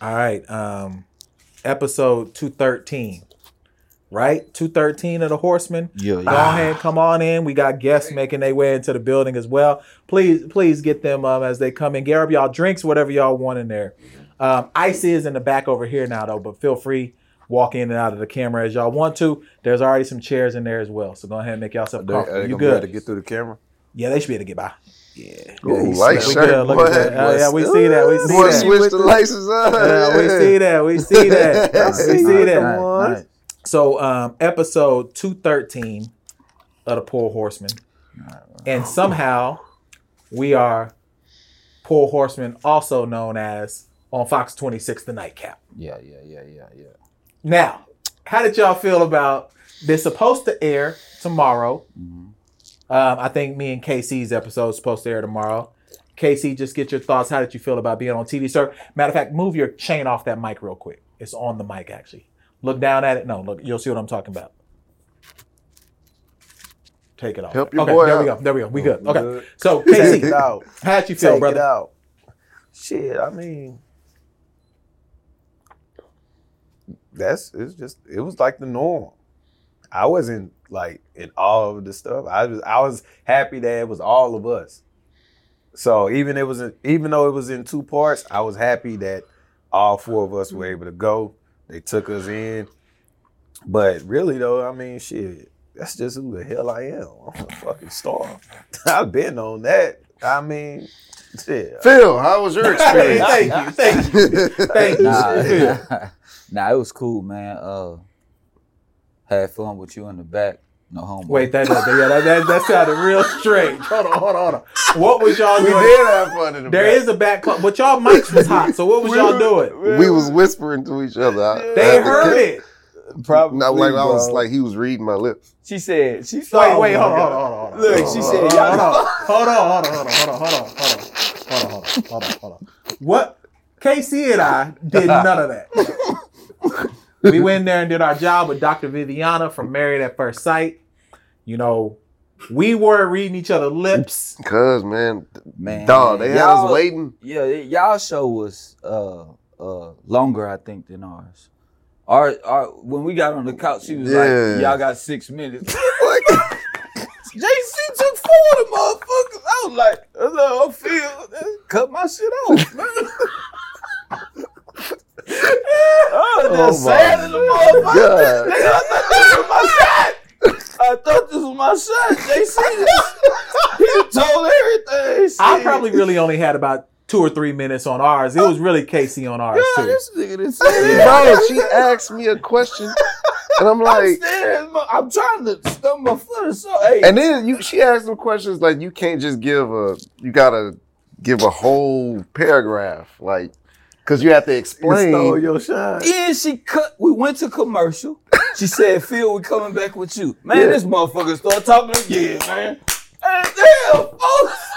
right. Um, episode two thirteen. Right, two thirteen of the Horsemen. Yeah, Go yeah. ahead, come on in. We got guests making their way into the building as well. Please, please get them um, as they come in. Garab, y'all drinks, whatever y'all want in there. Um, ice is in the back over here now, though, but feel free walk in and out of the camera as y'all want to. There's already some chairs in there as well, so go ahead and make y'all some uh, They, are comfortable. they gonna you be able to good? get through the camera? yeah, they should be able to get by. Ooh, he light slick. We shirt, good, look boy. at that. Uh, yeah, we see that. We see Boy, that. switch the license up. Yeah, we see that. We see that. I we see see that. that. Nice, nice. So, um, episode two thirteen of the Poor Horseman, and somehow we are Poor Horseman, also known as on Fox twenty six, the Nightcap. Yeah, yeah, yeah, yeah, yeah. Now, how did y'all feel about? They're supposed to air tomorrow. Mm-hmm. Um, I think me and KC's episode is supposed to air tomorrow. KC, just get your thoughts. How did you feel about being on TV, sir? Matter of fact, move your chain off that mic real quick. It's on the mic actually. Look down at it. No, look. You'll see what I'm talking about. Take it off. Help your okay, boy there we go. out. There we go. We good. we Okay. good. So Take it KC, out. how did you feel, Take it brother? out. Shit, I mean, that's it's just it was like the norm. I wasn't like in all of the stuff. I was I was happy that it was all of us. So even it was in, even though it was in two parts, I was happy that all four of us were able to go. They took us in. But really though, I mean, shit, that's just who the hell I am. I'm a fucking star. I've been on that. I mean, shit. Phil, how was your Hey, experience? thank you. Thank you. Thank you. nah, nah, it was cool, man. Uh, had fun with you in the back. No homo. Wait, that, that yeah, that, that that sounded real strange. Hold on, hold on, hold on. What was y'all we doing? did have fun in the There back. is a back club, but y'all mics was hot. So what was y'all doing? we was whispering to each other. I- I They had to heard catch- it. probably Not like I was bro. like he was reading my lips. She said, she Wait, said, wait, hold on, hold on, hold on. Look, hold she on, said, hold y'all- on, hold on, hold on, hold on, hold on, hold on, hold on, hold on, hold on, hold on, hold on, hold on. What? KC and I did none of that. we went in there and did our job with Dr. Viviana from Married at First Sight. You know, we were reading each other lips. Cause man, man. dog, they had y'all- us waiting. Yeah, y- y'all show was uh uh longer, I think, than ours. Our, our when we got on the couch, she was Yeah. like, "Y'all got six minutes." JC took four of the motherfuckers. I was like, "Hello, Phil, cut my shit off, man." I was just Oh my sad as a motherfucker. God. Nigga, I thought this was my shot. I thought this was my shot. JC just he told everything. I Shit. probably really only had about two or three minutes on ours. It was really KC on ours Yeah, too. this nigga done said it. Bro, she asked me a question, and I'm I'm like, staring, mo- I'm trying to stump my foot or something. Hey, and then you, she asked some questions like you can't just give a, you gotta give a whole paragraph, like, cause you have to explain. stole your shine. then she cut. We went to commercial. She said, "Phil, we coming back with you, man." Yeah. This motherfucker started talking again, man. And damn, folks.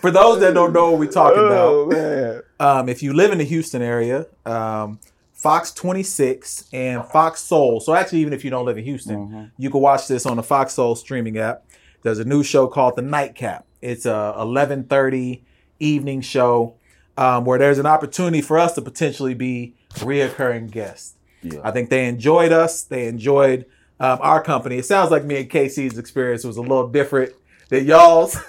For those that don't know what we're talking about, Oh, man. um, if you live in the Houston area, um, Fox 26 and Fox Soul. So actually, even if you don't live in Houston, Mm-hmm. you can watch this on the Fox Soul streaming app. There's a new show called The Nightcap. It's a 11:30 evening show um, where there's an opportunity for us to potentially be reoccurring guests. Yeah. I think they enjoyed us. They enjoyed um, our company. It sounds like me and KC's experience was a little different than y'all's.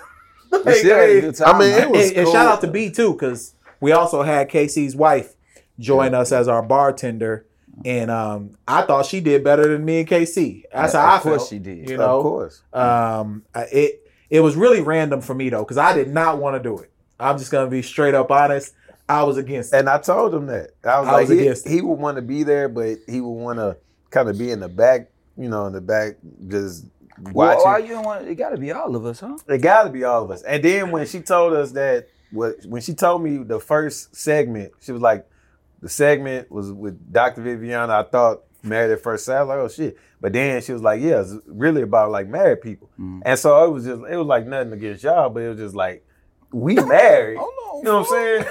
We still had a good time, I mean, man. it was and, and cool. shout out to B too, because we also had KC's wife join us as our bartender, and um, I thought she did better than me and KC. That's Yeah, how I of course felt. she did. You of know, course. um, I- it it was really random for me though, because I did not want to do it. I'm just gonna be straight up honest. I was against it. And I told him that. I was I like, was he- against it. he, would want to be there, but he would want to kind of be in the back, you know, in the back, just Why, watching. why you don't want? It got to be all of us, huh? It got to be all of us. And then when she told us that, what when she told me the first segment, she was like, the segment was with Dr. Viviana. I thought married at first sight. I was like, oh shit. But then she was like, yeah, it's really about like married people. Mm. Mhm. And so it was just, it was like nothing against y'all, but it was just like, we married. Oh You know what I'm saying?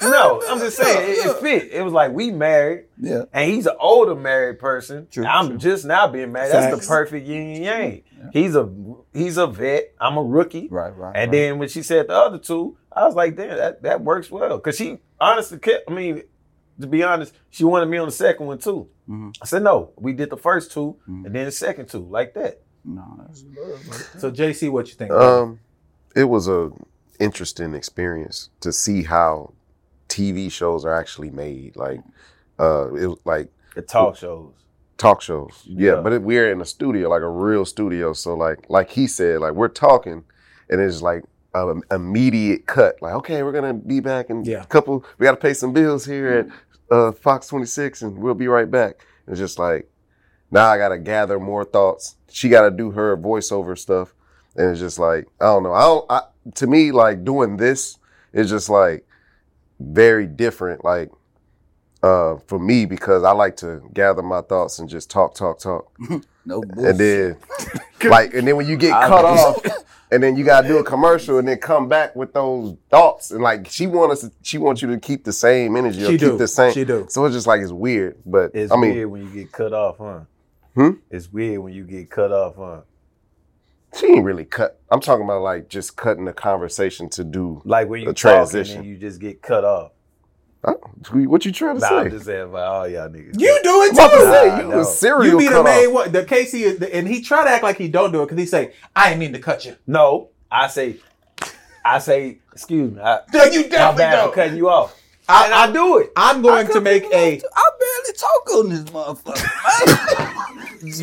No, I'm just saying it, it fit. It was like we married, Yeah. and he's an older married person. True, I'm true. just now being married. That's Facts. the perfect yin and yang. He's a he's a vet. I'm a rookie. Right, right. And then when she said the other two, I was like, damn, that, that works well. Cause she honestly kept, I mean, to be honest, she wanted me on the second one too. Mhm. I said, no, we did the first 2 Mhm. and then the second two, like that. No, that's So JC, what you think? Um, it was a interesting experience to see how TV shows are actually made. Like, uh, it was like The talk shows. talk shows. Yeah, Yeah. but it, we're in a studio, like a real studio. So like, like he said, like we're talking, and it's like an immediate cut. Like, okay, we're gonna be back in Yeah. a couple. We got to pay some bills here at uh, Fox Twenty Six, and we'll be right back. It's just like now I gotta gather more thoughts. She gotta do her voiceover stuff, and it's just like I don't know. I don't. I, to me, like doing this is just like very different. Like uh, for me because I like to gather my thoughts and just talk, talk, talk, no and bullshit. then like, and then when you get cut off, and then you gotta do a commercial, and then come back with those thoughts, and like she want us, she wants you to keep the same energy, or she keep do. the same. She do. So it's just like it's weird, but It's I mean, weird when you get cut off, huh? Hmm? It's weird when you get cut off, huh? she ain't really cut. I'm talking about like just cutting the conversation to do. Like when you The transition transition. and you just get cut off. Huh? What you trying to Nah, say? I'm just saying about all y'all niggas. You do it I'm about to too. say Nah, you no. a serial You be the cut off. main one. The Casey is, and he try to act like he don't do it because he say, "I ain't mean to cut you." No, I say, I say, excuse me. I, No, you definitely my bad for don't. cutting you off. I- and I, do it. I'm going to make a. I barely talk on this motherfucker.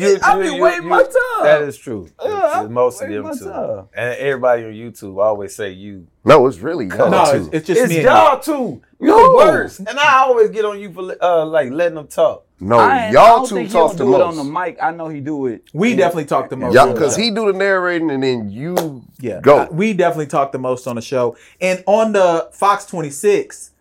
man. I be waiting my time. That is true. Uh, Yeah, It's most of waiting them my too. time. And everybody on YouTube always say you. No, it's really y'all No, too. it's, it's just It's me. and you. y'all too. You're No. the worst. And I always get on you for uh, like letting them talk. no, I ain't- I Oh, y'all don't two think he talk don't the do most. it on the mic. I know he do it. We definitely talk the most. Yeah, on the because show. he do the narrating and then you yeah. go. Uh, we definitely talk the most on the show, and on the Fox 26,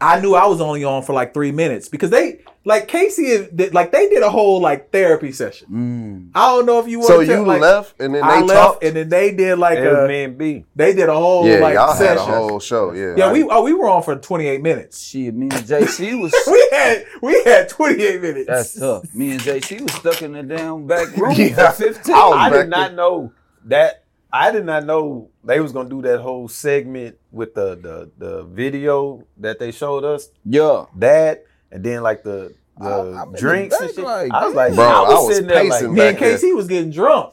I knew I was only on for like three minutes because they like Casey is did- like they did a whole like therapy session. Mm. I don't know if you want so to you like, left and then they I left, talked. and then they did like uh, It was a, me and B. they did a whole yeah, like y'all had session. a whole show. Yeah, yeah, we oh, we were on for 28 minutes. Shit, me and JC was. We had we had 28 minutes. that's tough. Me and JC was stuck in the damn back room Yeah. for fifteen. I was I back did not know that. I did not know they was gonna do that whole segment with the the, the video that they showed us. yeah. That and then like the the I- I'm in the drinks and back shit. like, I was like, Bro, I, was I was sitting there pacing like, Me and back there. KC was getting drunk.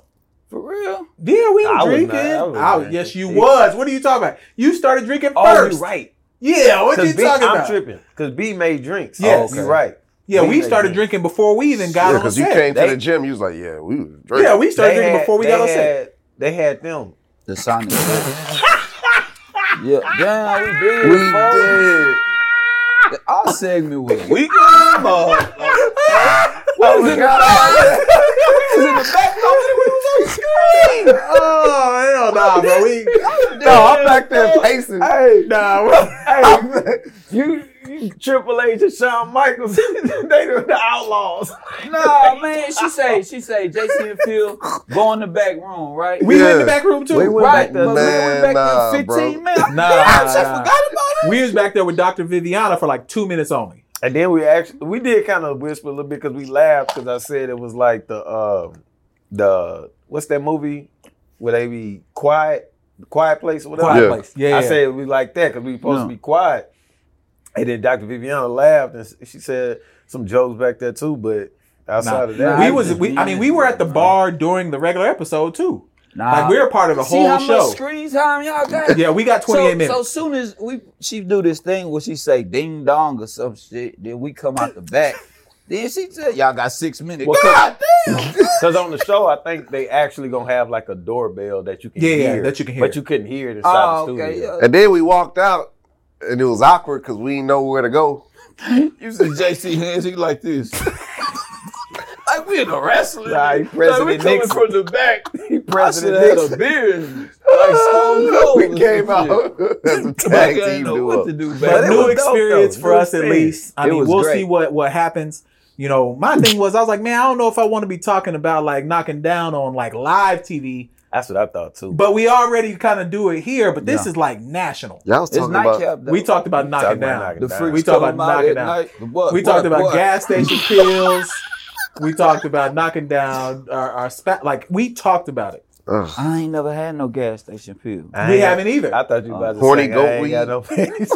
For real? Yeah, we I was drinking. not- I was I- drinking. yes, you was. What are you talking about? You started drinking oh, first. you right. Yeah, what you Because B, I'm talking about? tripping. Because B made drinks. Yes. Oh, you right. Yeah, We we made started drinks. drinking before we even got yeah, on because you set. came They- to the gym. You was like, yeah, we was drinking. yeah, we started They drinking had- before we they got on set. had- They had them. The Sonic. yeah. Damn, we did. we it, folks. did. Our segment was weak. We got What Oh my God. was in the back? I was on screen. Oh hell nah, bro. We no, I'm back there pacing. Hey, nah. we- hey, you, you Triple H and Shawn Michaels, they were the outlaws. Nah, man. She say, she say, JC and Phil go in the back room, right? We were in the Yeah. back room too. We went right, back there. but we went Man, back nah, there 15 bro. minutes. Nah, I just nah. forgot about it. We was back there with Dr. Viviana for like two minutes only. And then we actually we did kind of whisper a little bit because we laughed because I said it was like the um the what's that movie where they be quiet, quiet place or whatever. Quiet Yeah. place. Yeah, I yeah. said we like that because we supposed No. to be quiet. And then Dr. Viviana laughed and s- she said some jokes back there too, but outside of that, we I was just we, I mean we were at the bar during the regular episode too. Nah. Like we were part of the See whole how show. much screen time y'all got? Yeah, we got 28 so, minutes. So soon as we she do this thing where she say ding dong or some shit, then we come out the back. then she said, Y'all got six minutes. Well, God damn! because on the show I think they actually gonna have like a doorbell that you can Yeah, yeah, hear, that you can hear. but you couldn't hear it inside oh, the okay. studio. And then we walked out, and it was awkward because we didn't know where to go. Yeah. You see JC hands, he like this. like we in a wrestling. Nah, he President Nixon. the back. He I should President have had a Oh, Nixon. beer. and, Like Stone Cold. we came Yeah. out as a Back, I tag team didn't know what duo. to do back but it then. new was dope, experience though. for New us at experience. least. I It mean, was we'll great. see what what happens. You know, my thing was I was like, man, I don't know if I want to be talking about like knocking down on like live TV, That's what I thought too. but we already kind of do it here. But this Yeah. is like national. Y'all was It's talking about nightcap. though. We talked about knocking about down. knocking the down. freaks. We talked about come out knocking at down. night. The what, we what, talked about what? gas station pills. we talked about knocking down our, our spa- like we talked about it. Ugh. I ain't never had no gas station pill. I We ain't- haven't either. I thought you was about to Horny say, goat I ain't got weed. no panties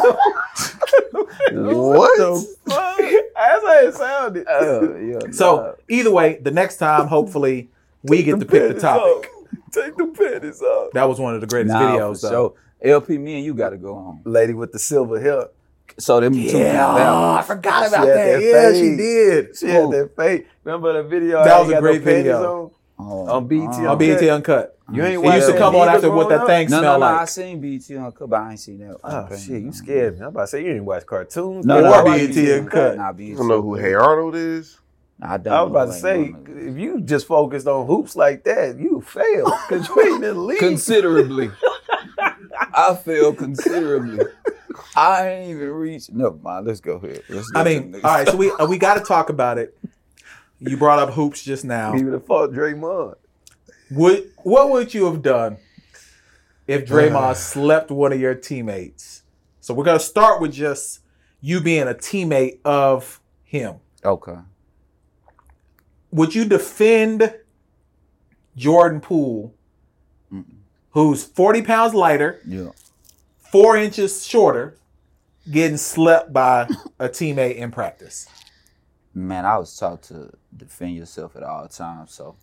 What? That's how it sounded. Oh, yeah, so either way, the next time, hopefully, we get to pick the Panties off. topic. Take the panties off. That was one of the greatest nah, videos. for though. sure. LP, me and you got to go home. Lady with the silver hair. So them two. Yeah, Oh, I forgot She about had that. that Yeah, she fade. did. She had that fake. Remember the video? That I was ain't a got great panties video. on? Oh, On BET. On oh. BET Uncut. You It ain't used to watching come on neither after what growing that up? thing No, smelled no, no. I like. seen BET Uncut, but I ain't seen that. Oh shit, you scared me. I'm about to say you didn't watch cartoons. No, Or no, I like BET Uncut. Nah, You BET. don't know who Hey Arnold is? Nah, I don't. I was about to know say, who that is. if you just focused on hoops like that, you failed because you ain't in the league. considerably. I failed considerably. I ain't even reached. Never mind. Let's go ahead. Let's I get mean, to the all next right, so we uh, we got to talk about it. You brought up hoops just now. Even if fought Draymond. Would what would you have done if Draymond slept one of your teammates? So we're gonna start with just you being a teammate of him. topic. Okay. Would you defend Jordan Poole, Mm-mm. who's 40 pounds lighter, Yeah. four inches shorter, getting slept by a teammate in practice? Man, I was taught to defend yourself at all times. So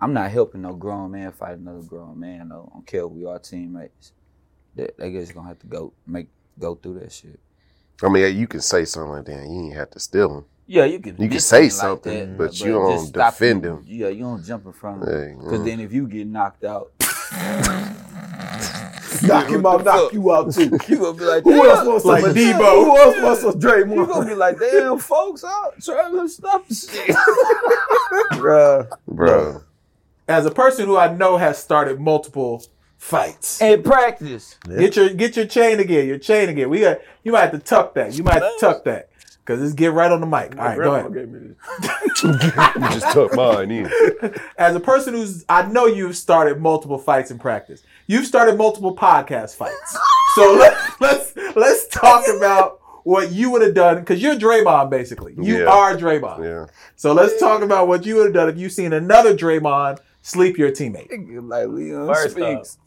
I'm not helping no grown man fight another grown man. Though. I don't care. if We are teammates. They, they just gonna have to go make go through that shit. I mean, yeah, you can say something like that. You ain't have to steal him. Yeah, you can. You can bitch say him like something, that, but you just don't stop defend him. him. Yeah, you don't jump in front of him. Like, Because mm. then if you get knocked out, Knock him out, knock you out too. you gonna be like, Who else "Damn." wants Like some Debo. Who else wants some You gonna Draymond? be like, damn, folks, I'm trying to stop the shit. Bruh. bro. As a person who I know has started multiple fights. In practice, Get your get your chain again. Your chain again. We got you might have to tuck that. You might have to tuck that because it's get right on the mic. All right, go ahead. You just tuck mine in. As a person who's I know you've started multiple fights in practice. You've started multiple podcast fights. so let, let's let's talk about what you would have done because you're Draymond basically. You Yeah. are Draymond. Yeah. So let's talk about what you would have done if you seen another Draymond sleep your teammate. Nigga, like Leon First Spinks.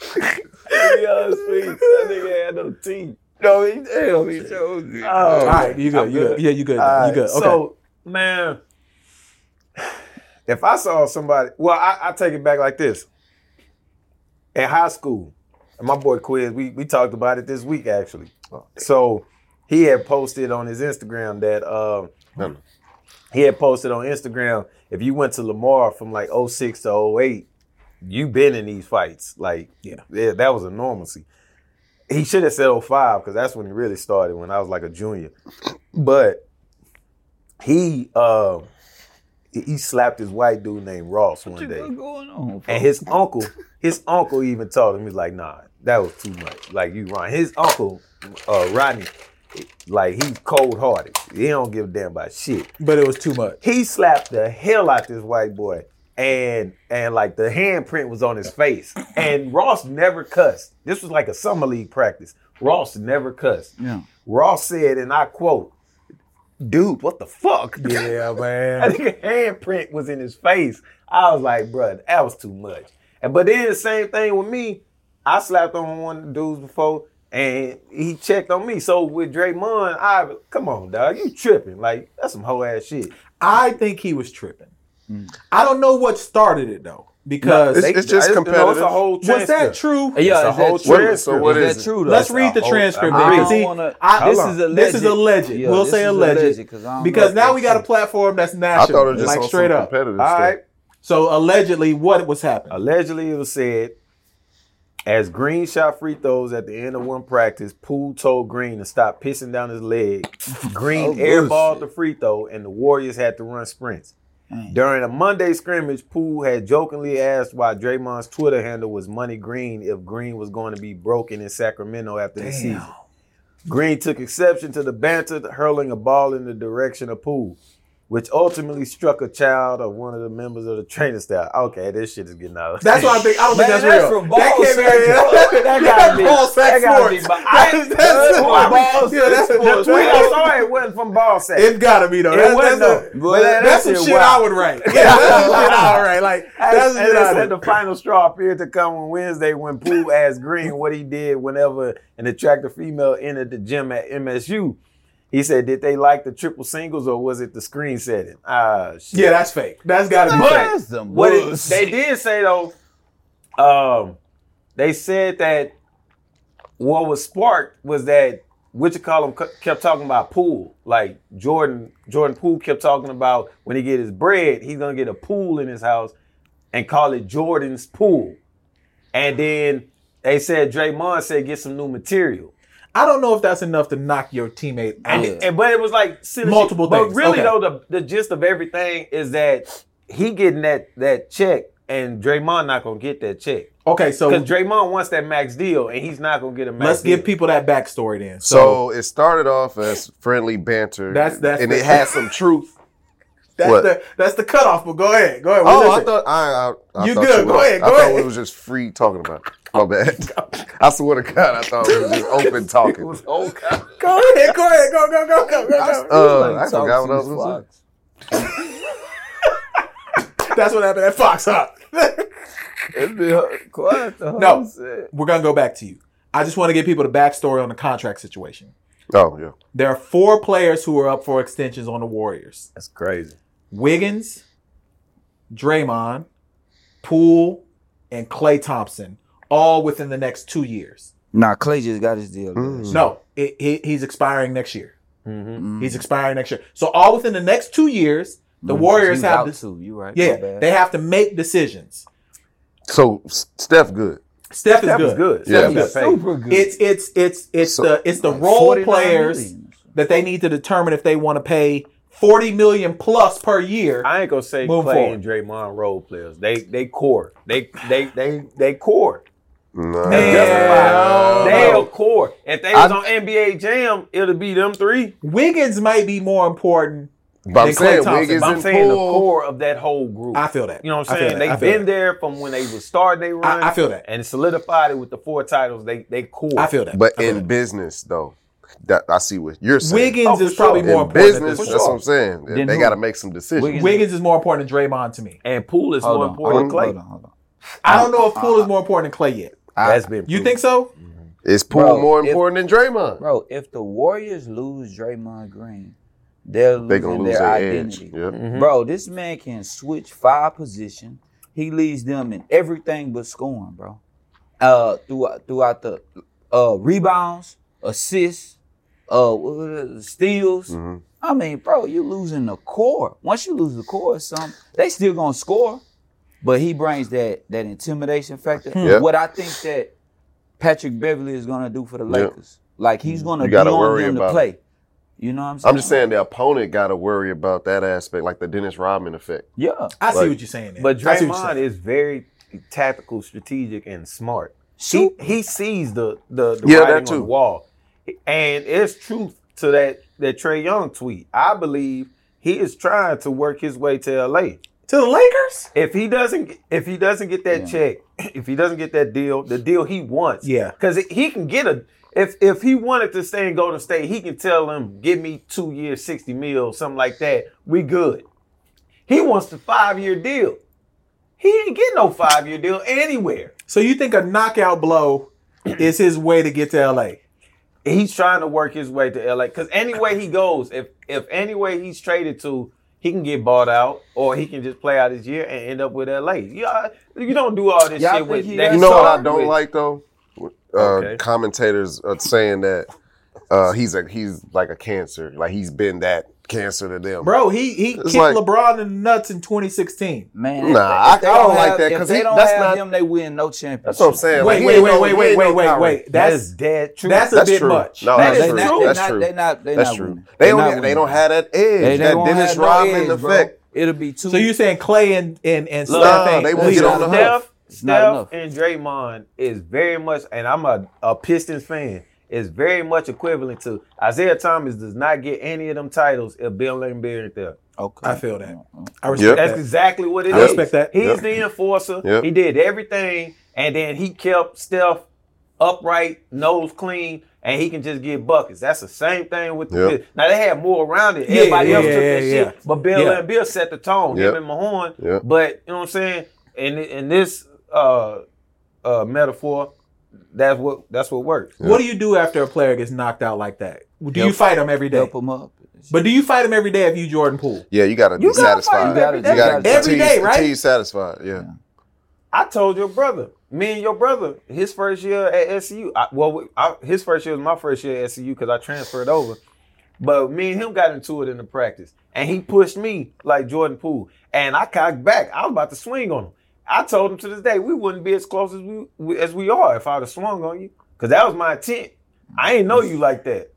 Leon Spinks. That nigga had no teeth. No, he damn, he chose it. Oh. All right, you good? I'm You good? good. Yeah, you good? All you good? right, Okay. So, man, if I saw somebody, well, I, I take it back like this. At high school, and my boy Quiz, we, we talked about it this week actually. So he had posted on his Instagram that um, No, no. he had posted on Instagram if you went to Lamar from like 06 to 08, you been in these fights. Like, Yeah. yeah that was a normalcy. He should have said 05 because that's when he really started when I was like a junior. But he um he slapped his white dude named Ross What one you day. got going on? And folks? his uncle, his uncle even told him, he's like, nah, that was too much. Like you wrong. His uncle, uh, Rodney, like he's cold hearted. He don't give a damn about shit. but it was too much. He slapped the hell out this white boy. And and like the handprint was on his face. And Ross never cussed. This was like a summer league practice. Ross never cussed. yeah. Ross said, and I quote, dude, what the fuck? Yeah, man. I think a handprint was in his face. I was like, bruh, that was too much. And but then the same thing with me. I slapped on one of the dudes before, and he checked on me. So with Draymond, I come on, dog, you tripping? Like that's some whole ass shit. I think he was tripping. Mm. I don't know what started it though, because It's- just you know, it's competitive. a whole was that transcript. true? Hey, It's Yeah, a is that whole true? Wait a minute, transcript. so what Is is that it? true though? Let's That's read the a whole- transcript. I baby. don't See, wanna- I- Hold this on. is a this is alleged. Yeah, we'll this say is alleged, alleged 'cause I don't know because if now that's we got a true. platform that's I national, thought it was just like on straight some up. competitive All stuff. right. So allegedly, what was happening? Allegedly, it was said as Green shot free throws at the end of one practice, Poole told Green to stop pissing down his leg. Green Oh, airballed bullshit. the free throw, and the Warriors had to run sprints. Dang. During a Monday scrimmage, Poole had jokingly asked why Draymond's Twitter handle was Money Green if Green was going to be broken in Sacramento after the season. Green took exception to the banter, hurling a ball in the direction of Poole. which ultimately struck a child of one of the members of the training staff. Okay, this shit is getting out of That's what I think. I don't Man, think that's, that's real. from ball that can't be sack. real. That gotta That's be- ball sack that gotta be sports. ball- I- That's- That's that's why balls. balls. Yeah, that's sports. We I'm sorry it wasn't from ball sack. It gotta be though. It That's- wasn't that's though. a- But that- That's that some shit shit I wild. would write. Yeah, that's some shit I would write. Like that's That's, some shit and I it would. said the final straw appeared to come on Wednesday when Pooh asked Green what he did whenever an attractive female entered the gym at MSU. He said, "Did they like the triple singles or was it the screen setting?" Ah, shit. Yeah, that's fake. That's gotta be But- fake. That's them What it- Bulls. they did say though, um, they said that what was sparked was that what you call him cu- kept talking about pool. Like Jordan, Jordan Poole kept talking about when he get his bread, he's gonna get a pool in his house and call it Jordan's pool. And then they said Draymond said get some new material. I don't know if that's enough to knock your teammate out. And, Yeah. and- but it was like silly Multiple shit. But things. really Okay. though, the, the gist of everything is that he getting that that check, and Draymond not gonna get that check Okay, so because Draymond wants that max deal, and he's not gonna get a max. let's deal. give people that backstory then. So it started off as friendly banter. That's- that's and the- it had some truth. that's what? the that's the cutoff. But go ahead, go ahead. What Oh, is I it? thought I, I, I You thought good. were- Go ahead, I go thought ahead. it was just free talking about. It. My bad. I swear to God, I thought it was just open talking. go ahead, go ahead, go go go go go. go. Uh, Like, I forgot talk what I was to going to Fox. that's what happened at Fox Hop. It'd be hard- quiet. The No. whole shit. We're gonna go back to you. I just want to give people the backstory on the contract situation. say. Oh yeah. There are four players who are up for extensions on the Warriors: That's crazy. Wiggins, Draymond, Poole, and Clay Thompson, all within the next two years. Nah, Clay just got his deal. Mm. No, it, he, he's expiring next year. Mm-hmm. Mm. He's expiring next year. So all within the next two years, the Mm. Warriors He's have out this- too. You right? yeah, My bad. they have to make decisions. So S- Steph, good. Steph, That is was good. good. Yeah. That was Yes. paid. super good. It's it's it's it's So- the it's the Like role 49 players million. that they need to determine if they want to pay forty million plus per year. I ain't gonna say Move Clay forward. and Draymond role players. They they core. They they they they core. Nah. Man. Justify. They Uh, no. are core. If they was I- on NBA Jam, it'll be them three. Wiggins might be more important. But They I'm Klay saying Thompson, but Wiggins But I'm and saying the Poole. core of that whole group. I feel that. You know what I I'm feel saying? that. I They've feel been that. there from when they was starting they run. I, I feel that. and solidified it with the four titles. They they core. I feel that. But I feel in that. business though, that I see what you're saying. Wiggins Oh, is for probably sure. more in important. at business, this that's point. what I'm saying. Then they who? got to make some decisions. Wiggins. Wiggins is more important than Draymond to me. and Poole is Hold more on, important hold than on, Clay. hold on, hold on. I don't know if Uh, Poole uh, is more important than Clay yet. I- That's been. You proven. think so? Is Poole Bro, more if- important than Draymond? Bro, if the Warriors lose Draymond Green, they're losing They gonna lose their, their edge. identity. Yeah. Mhm. Bro, this man can switch five position. He leads them in everything but scoring, bro. Uh, throughout throughout the uh rebounds, assists, uh what was it, steals. Mhm. I mean, bro, you losing the core. Once you lose the core, or something they still gonna score, but he brings that that intimidation factor. Hmm. Yep. What I think that Patrick Beverly is gonna do for the Yep. Mm. Lakers, like he's gonna You be on gotta worry them to about play. You know what I'm saying? I'm just saying the opponent got to worry about that aspect, like the Dennis Rodman effect. yeah, I see Like- what you're saying. there. But I see what you're Draymond saying. is very tactical, strategic, and smart. He, shoot. he sees the the, the Yeah, that writing on too. the wall, and it's truth to that that Trey Young tweet. I believe he is trying to work his way to L.A. to the Lakers. If he doesn't if he doesn't get that Yeah. check, if he doesn't get that deal, the deal he wants, Yeah. because he can get a. If if he wanted to stay in Golden State, he can tell them, "Give me two years, sixty mil, something like that. We good." He wants the five year deal. He ain't getting no five year deal anywhere. So you think a knockout blow is his way to get to LA? He's trying to work his way to LA because any way he goes, if if any way he's traded to, he can get bought out or he can just play out his year and end up with LA. You, you don't do all this Y'all shit think with he- that. You know what I sorry don't with- like though? Uh, Okay. Commentators are saying that uh, he's a he's like a cancer, like he's been that cancer to them. Bro, he he It's kicked like- LeBron in the nuts in 2016. Nah, Man, if they- if I- they I don't like have, that, if 'cause they he- don't that's have not- him, they win no championship. That's what I'm Wait, saying. Like, he wait, ain't wait, no- wait, he wait, ain't wait, no wait, Kyrie. wait. That That's is dead true. that's a That's bit true. much. No, that that's is they true. Not, true. they That's not, true. They not. They That's not true. winning. They They don't not they winning. don't have that edge, They- they that won't Dennis have no Rodman edge, bro. effect. It'll be too. so you saying Clay and and and Look, Steph Nah, ain't they won't leaders. get on the hook. Steph, It's not Steph enough. and Draymond is very much, and I'm a, a Pistons fan, is very much equivalent to Isaiah Thomas does not get any of them titles if Bill Lambert ain't there. Okay. I feel that. Mm-mm. I respect Yep. That's that. exactly what it is. I respect that. He's Yep. the enforcer. Yep. He did everything, and then he kept Steph upright, nose clean, and he can just get buckets. That's the same thing with the Yep. Bills. Now they had more around it. Yeah, Everybody yeah, else took yeah, that yeah. shit, but Bill Yeah. and Bill set the tone. Yep. Him and Mahorn. Yep. But you know what I'm saying? In in this uh, uh, metaphor, that's what that's what works. What do you do after a player gets knocked out like that? Do you Help. fight him every day? Help him up. But do you fight him every day if you Jordan Poole? Yeah, you gotta You be gotta satisfied. fight every you day. gotta Every continue- day, right? continue satisfied. Yeah. I told your brother, me and your brother, his first year at SCU. I, well, we- I, his first year was my first year at SCU because I transferred over. But me and him got into it in the practice, and he pushed me like Jordan Poole, and I cocked back. I was about to swing on him. I told him to this day we wouldn't be as close as we- we as we are if I'd have swung on you, because that was my intent. I ain't know you like that.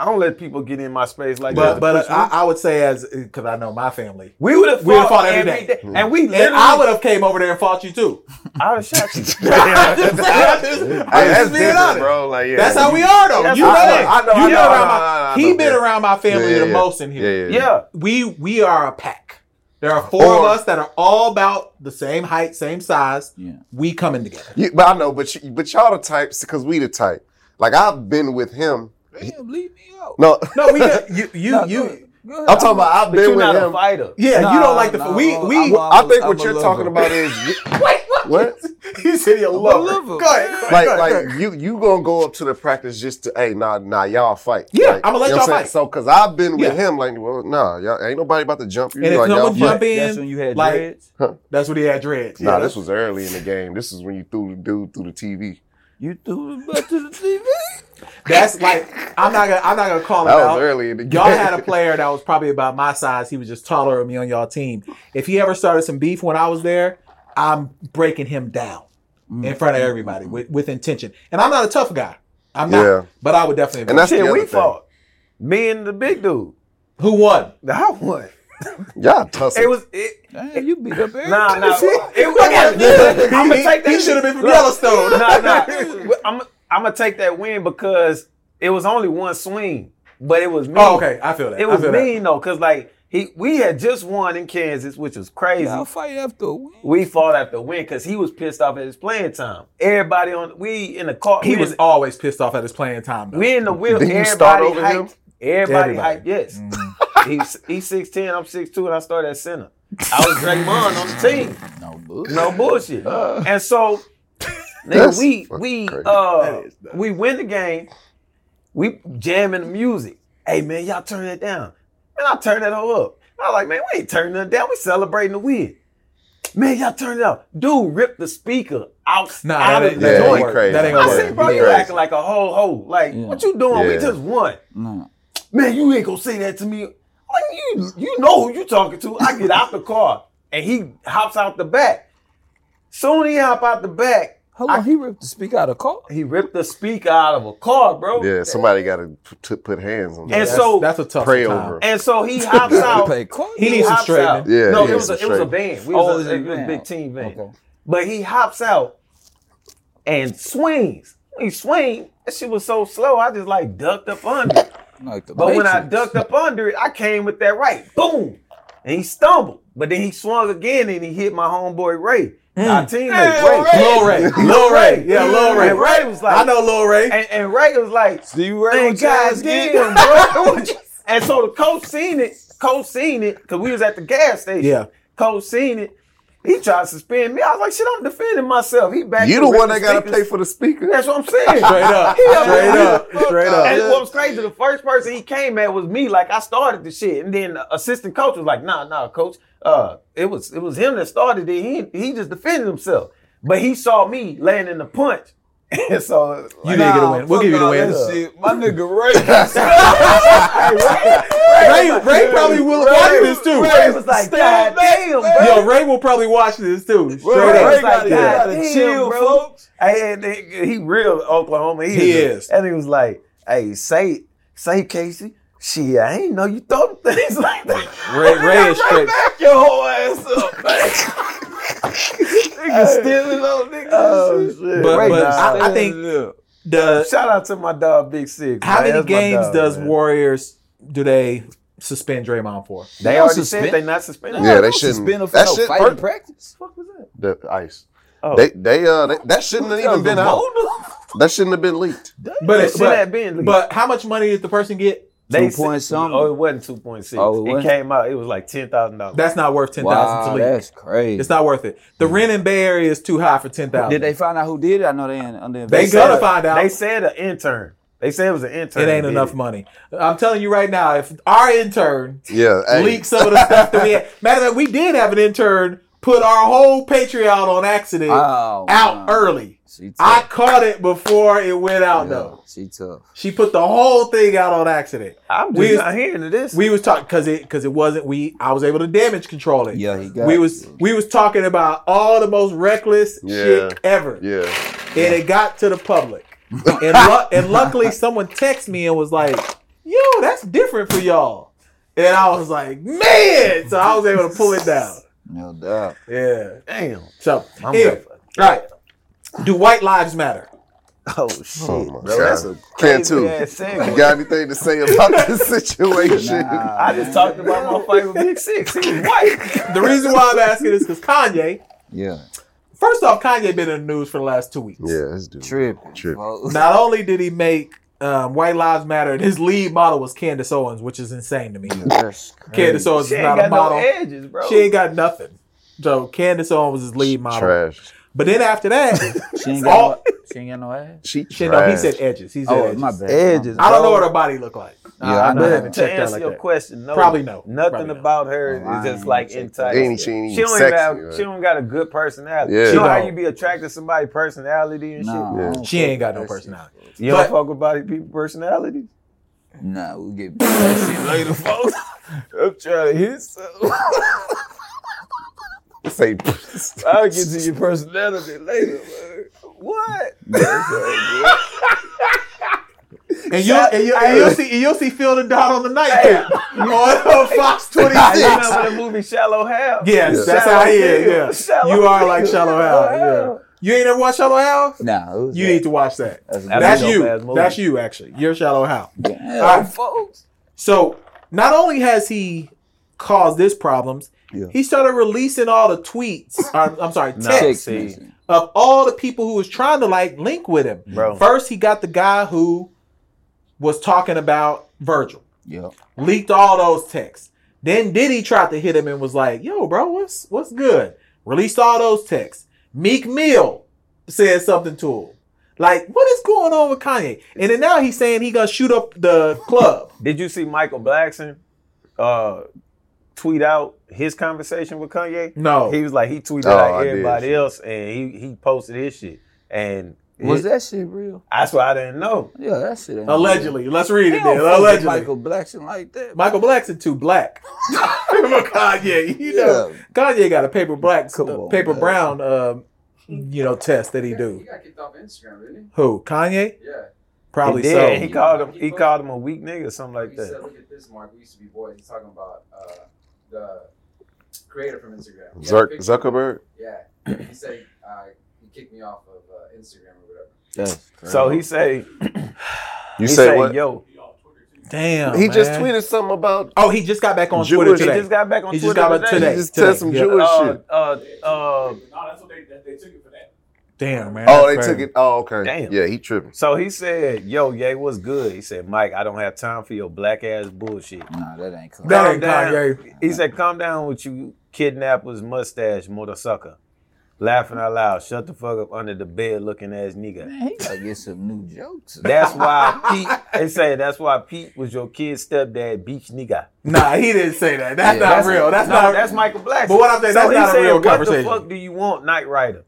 I don't let people get in my space like But that. but uh, Push me. I, I would say as because I know my family, we would have we would've fought, fought every every day. Hmm. day. and we literally. and I would have came over there and fought you too. I would have shot you. I'm just saying, I'm just- I'm Hey, just that's being different, honest. bro. Like, yeah. That's how we are though. That's You know, what I'm that. saying. I know, you I know, around know, I know, I my, know, he yeah. been around my family Yeah, yeah, the yeah. most in here. Yeah, yeah, yeah. We we are a pack. There are four of Or- us that are all about the same height, same size. Yeah. We coming together. You- but I know, but you, but y'all the types because we the type. Like I've been with him. Damn, leave me out. No, No, we did- you you Nah, you. go ahead. Go ahead. I'm talking about I've But been you're not with a him. fighter. Yeah, you Nah, don't like the nah, we we. I'm a- I think I'm what a you're lover. talking about is wait, what? He said he'll love. Go lover. ahead. go ahead, like go ahead, go ahead. like you you gonna go up to the practice just to hey nah nah y'all fight Yeah, Like, I'ma let you know y'all what I'm saying? fight. so because I've been with Yeah. him like well nah y'all ain't nobody about to jump you And if like, y'all someone fight. jump in, That's when you had like, dreads. That's what he had dreads. nah Yeah, this was early in the game this is when you threw the dude through the TV You threw the butt to the TV. that's like I'm not gonna I'm not gonna call him that was out. early in the game Y'all had a player that was probably about my size. He was just taller than me on y'all team. If he ever started some beef when I was there, I'm breaking him down in Mm. front of everybody with, with intention. And I'm not a tough guy. I'm not. Yeah. But I would definitely. And that's- the Shit, we other thing. fought. Me and the big dude. who won. I won. y'all tussle It was it. Damn, you beat up everybody. Nah, nah. It was. I'm gonna take that. He should have been from Look, Yellowstone. Nah, nah. I'm. I'm gonna take that win because it was only one swing, but it was me. Oh, okay. I feel that. It I was feel mean though, cause like he, we had just won in Kansas, which was crazy. I'll fight after a win. We fought after a win because he was pissed off at his playing time. Everybody on we in the car. That. He we was in, always pissed off at his playing time. Though. we in the wheel. Didn't you everybody start over hyped. him? Mm-hmm. Everybody, Everybody. hyped. Yes. he's he's six ten. I'm six two, and I started at center. I was Draymond on the team. No bull. No bullshit. and so, Uh. nigga, That's we fucking we crazy. uh we win the game. We jamming the music. Hey man, y'all turn that down. Man, I turn that hoe up. I was like, man, we ain't turning that down. We celebrating the win. Man, y'all turn it up. Dude, rip the speaker out, Nah, out that, of ain't- the that Yeah, ain't he joint. work. crazy. That ain't I gonna Yeah, said, work. bro, he you crazy. acting like a whole hoe. Like, Yeah. what you doing? We Yeah. just won No. man, you ain't gonna say that to me. Like you, you know who you talking to. I get out the car and he hops out the back. Soon he hop out the back. Hold on, he ripped the speak out of car. He ripped the speaker out of a car, bro. yeah somebody got to put hands on that. And so- That's, that's a tough Pray time. over. And so he hops out. Pay car. He needs some hops straightening. out. Yeah, no, he it needs was a, some it was a straightening. van. We was, Oh, a- it was a it was a van. big team van. Okay. But he hops out and swings. When he swing, that shit was so slow. I just like ducked up under. it. Like the But when I Matrix. ducked up under it, I came with that right. Boom. And he stumbled. But then he swung again and he hit my homeboy Ray. Our teammate Ray. Hmm. Lil Ray. Lil Ray. Yeah, Lil Ray. And Ray was like, I know Lil Ray. And, and Ray was like, See you right man, guys, get him, bro. and so the coach seen it. Coach seen it because we was at the gas station. Yeah. Coach seen it. He tried to suspend me. I was like, shit, I'm defending myself. He back you to the ripping one that got to pay speakers. for the speaker That's what I'm saying. Straight up. He up Straight there. up. Straight And up. what was crazy, the first person he came at was me. Like I started the shit, and then the assistant coach was like, "Nah, nah, coach. Uh, it was it was him that started it. He he just defended himself, but he saw me landing the punch, and so You did get a win. We'll give you the win. My nigga Ray. Ray, Ray probably will watch this too. Ray was like, "God damn, bro." Yo, Ray will probably watch this too. Straight Ray up. was like, Yeah. "God gotta damn, chill, bro." folks. Hey, and he- he real Oklahoma. He, He is. is. And he was like, "Hey, say say Casey." Shit, I ain't know you thought things like that. Ray, Ray is straight. back your whole ass up, man. Nigga stealing on niggas. Oh, shit. But, Ray but just I, I stealing. think the shout out to my dog Big Six. how man. many That's my games dog, does man. Warriors do they suspend Draymond for? They don't already suspend- said they not suspending. Yeah, him. they shouldn't- Suspend him for that no shit- fighting first- practice. What the fuck was that? The ice. Oh. They they uh they, that shouldn't have even been out. That shouldn't have been leaked. But But it- it but- should have been. But how much money did the person get? Two point something. Oh, it wasn't two point six. Oh, it it, wasn't? came out. It was like ten thousand dollars. That's not worth ten thousand to Wow, leave. that's crazy. It's not worth it. The Mm-hmm. rent in Bay Area is too high for ten thousand. Did they find out who did it? I know they in, under They investigation. gotta find out. They said an intern. They said it was an intern. It that ain't did enough money. I'm telling you right now, if our intern Yeah. hey. leaked some of the stuff that we had, matter of fact, we did have an intern put our whole Patreon on accident Oh, out man. early. She tough. I caught it before it went out Yeah, though. She tough. She put the whole thing out on accident. I'm just We- not hearing to this. We was talking because it because it wasn't we. I was able to damage control it. Yeah, he got. we was we was talking about all the most reckless Yeah. shit ever, Yeah. and it got to the public. and, lu- and luckily, someone texted me and was like, "Yo, that's different for y'all." And I was like, "Man!" So I was able to pull it down. no doubt. Yeah. Damn. So I'm anyway, grateful. right. Do white lives matter? Oh shit, Oh my bro. God. That's a Can crazy too. ass You segue. got anything to say about this situation? Nah, I just talked about my fight with Big Six. He was white. The reason why I'm asking is because Kanye. Yeah, First off, Kanye been in the news for the last two weeks. Yeah, let's do it. tripping. Tripping. folks. Not only did he make um, White Lives Matter, and his lead model was Candace Owens, which is insane to me. That's Candace crazy. Owens She is ain't not a got no model. edges, bro. she ain't got nothing. So Candace Owens was his lead model. Trash. But then after that, She ain't all- got. no- She ain't got no ass. She shit, no, he trash. said edges. He said Oh, edges. my bad. Edges. I don't know what her body looked like. Yeah, I know. I But haven't to checked out answer like your that. question, no, Probably no. Nothing Probably no. about her Oh, I is just ain't like checked entitled. out. She ain't don't even even have. sexy, right? She don't got a good personality. Yeah. You know how She you be attracted to somebody's personality and Nah, I shit. Yeah. don't She fuck ain't got no with that shit. personality. You don't But- fuck with body people personalities. Nah, we get that shit later, folks. I'm trying to hit something. Say, I'll get to your personality later. man. What? And you'll and you'll, and you'll see and you'll see Phil the Dot on the nightcap on Fox Twenty You Six. remember the movie Shallow Hal? Yes, that's Shallow how he is. Hal. Yeah, Shallow you are Hal. like Shallow Hal. Yeah. You ain't ever watched Shallow Hal? Nah, who's You that? need to watch that. That's, a That's That's a you. dope-ass movie. That's you actually. You're Shallow Hal. good- Damn, All right. folks. So not only has he caused this problems, Yeah. he started releasing all the tweets. Or, I'm sorry, No. texts Text see. message. of all the people who was trying to like link with him. Bro. First, he got the guy who was talking about Virgil, Yeah. leaked all those texts. Then Diddy tried to hit him and was like, "Yo, bro, what's what's good?" Released all those texts. Meek Mill said something to him. Like, what is going on with Kanye? And then now he's saying he gonna shoot up the club. Did you see Michael Blackson uh, tweet out his conversation with Kanye? No, He was like he tweeted Oh, I out did everybody see. else, and he he posted his shit. And Was it- that shit real? That's why I didn't know. Yeah, that shit. ain't allegedly. Let's read real. it They then. don't fuck with Allegedly, Michael. Michael Blackson like that. Blackson too black. For Kanye, you know. yeah. Kanye got a paper black, Come uh, on, paper man. brown, um, you know, test that he do. He got kicked off Instagram, didn't Who? Kanye? he? Yeah. Probably He did. so. He called him. He called him a weak nigga or something like he said, that. "Look at this, Mark. We used to be boys." He's talking about uh, the creator from Instagram. He had a Zuck- picture- Zuckerberg. Yeah. He said uh, he kicked me off of uh, Instagram or whatever. That's So he say, You he say, say, what? yo, Damn. he just man. tweeted something about. Oh, he just got back on Jewish- Twitter he today. just got back on He just Twitter got back He today. just said some today, yeah. Jewish Uh, shit. uh, uh, that's what they, they took it for that. Damn, man. Oh, that's they crazy. took it. Oh, okay. Damn. Yeah, he tripping. so he said, yo, yay, what's good? He said, Mike, I don't have time for your black ass bullshit. Nah, that ain't cool. That Calm ain't down. Kanye. He said, calm down with you kidnappers, mustache, motherfucker. Laughing out loud, shut the fuck up under the bed looking ass nigga. Man, he gotta get some new jokes. That's why Pete, they say that's why Pete was your kid's stepdad, beach nigga. Nah, he didn't say that. That's Yeah, not that's- real. That's no, not. that's Michael Blackson. But what I'm saying, So that's he not a said, real what conversation." the fuck do you want, Knight Rider?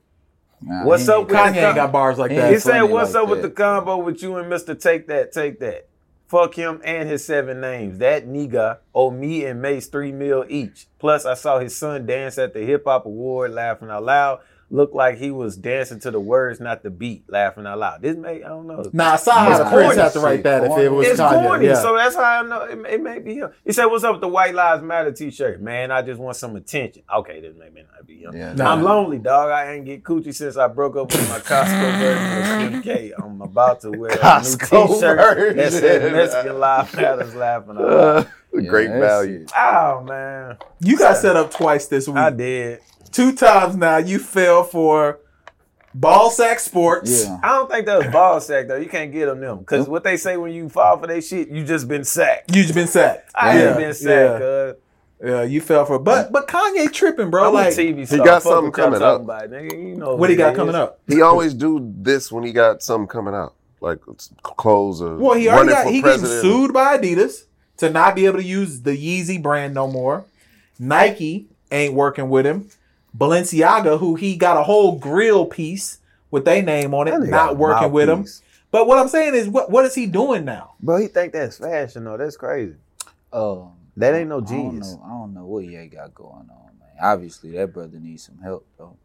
Nah, What's he up ain't with got- Kanye ain't got bars like He that. He That's said, funny "What's like up with that. the combo with you and Mister Take That, Take That? Fuck him and his seven names. That nigga owe me and Mace three mil each. Plus, I saw his son dance at the hip hop award, laughing out loud. looked like he was dancing to the words, not the beat, laughing out loud. This may I don't know. Nah, Sahaj It's Prince corny. had to write that if it was it's Kanye. corny, yeah. so that's how I know it, it may be him. He said, "What's up with the White Lives Matter T-shirt, man? I just want some attention." Okay, this may may not be him. Yeah, Nah. I'm lonely, dog. I ain't get coochie since I broke up with my Costco version of Kim K. I'm about to wear a new Costco T-shirt that said version. Mexican Lives Matters laughing. out loud. Uh, great that's value. it. Oh man, You got set up twice this week. I did. Two times now, you fell for ball sack sports. Yeah. I don't think that was ball sack though. You can't get them them because what they say when you fall for their shit, you just been sacked. You've been sacked. I yeah. ain't been sacked. Yeah. cuz. Yeah, you fell for. But but Kanye tripping, bro. I'm like a TV star. he got Fuck what something y'all coming talking up. about, nigga. You know what he who got it coming is. up? He always do this when he got something coming out, like c- clothes or Well, he already running got for he getting president. sued by Adidas to not be able to use the Yeezy brand no more. Nike ain't working with him. Balenciaga, who he got a whole grill piece with their name on it, That nigga got a not working with him. mouthpiece. But what I'm saying is, what what is he doing now? Bro, he think that's fashion though. That's crazy. Um, That ain't no I don't genius. know. I don't know what he got going on, man. Obviously, that brother needs some help, though.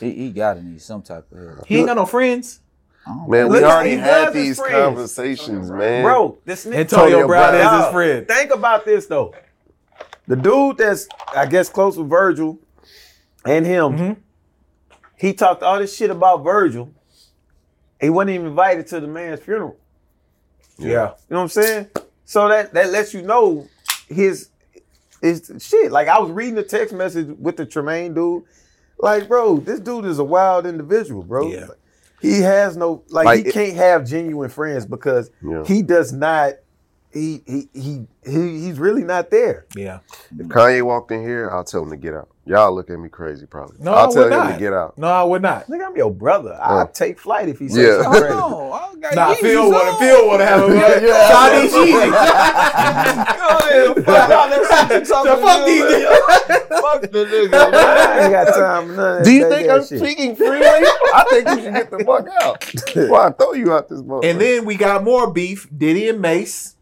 He, he gotta need some type of help. He ain't got no friends. I don't Man, we Look, already he had loves his these friends. conversations, man. Bro, this nigga Antonio Antonio Brown Brown. is his Dog, friend. Think about this though. The dude that's I guess close with Virgil and him, Mhm. he talked all this shit about Virgil. He wasn't even invited to the man's funeral. Yeah, You know what I'm saying? So that that lets you know his his shit. Like I was reading the text message with the Tremaine dude. Like, bro, this dude is a wild individual, bro. Yeah. He has no like, Like, he it- can't have genuine friends because Yeah. he does not he he he, he he's really not there. yeah. If Kanye walked in here, I'll tell him to get out. Y'all look at me crazy, probably. No, I'll I tell would him not. to get out. No, I would not. Nigga, I'm your brother. Yeah. I'll take flight if he says Yeah. something crazy. know. I don't got Nah, Yeezys Phil wanna on. Phil wanna have a Yeah. Johnny Yeezy. Go ahead, fuck all that shit you So talking fuck these about. niggas. Fuck the nigga. man. I ain't got time for none of that. Do you that- think that I'm shit. speaking freely? I think you should get the fuck out. Why I throw you out this motherfucker? And then we got more beef. Diddy and Mace.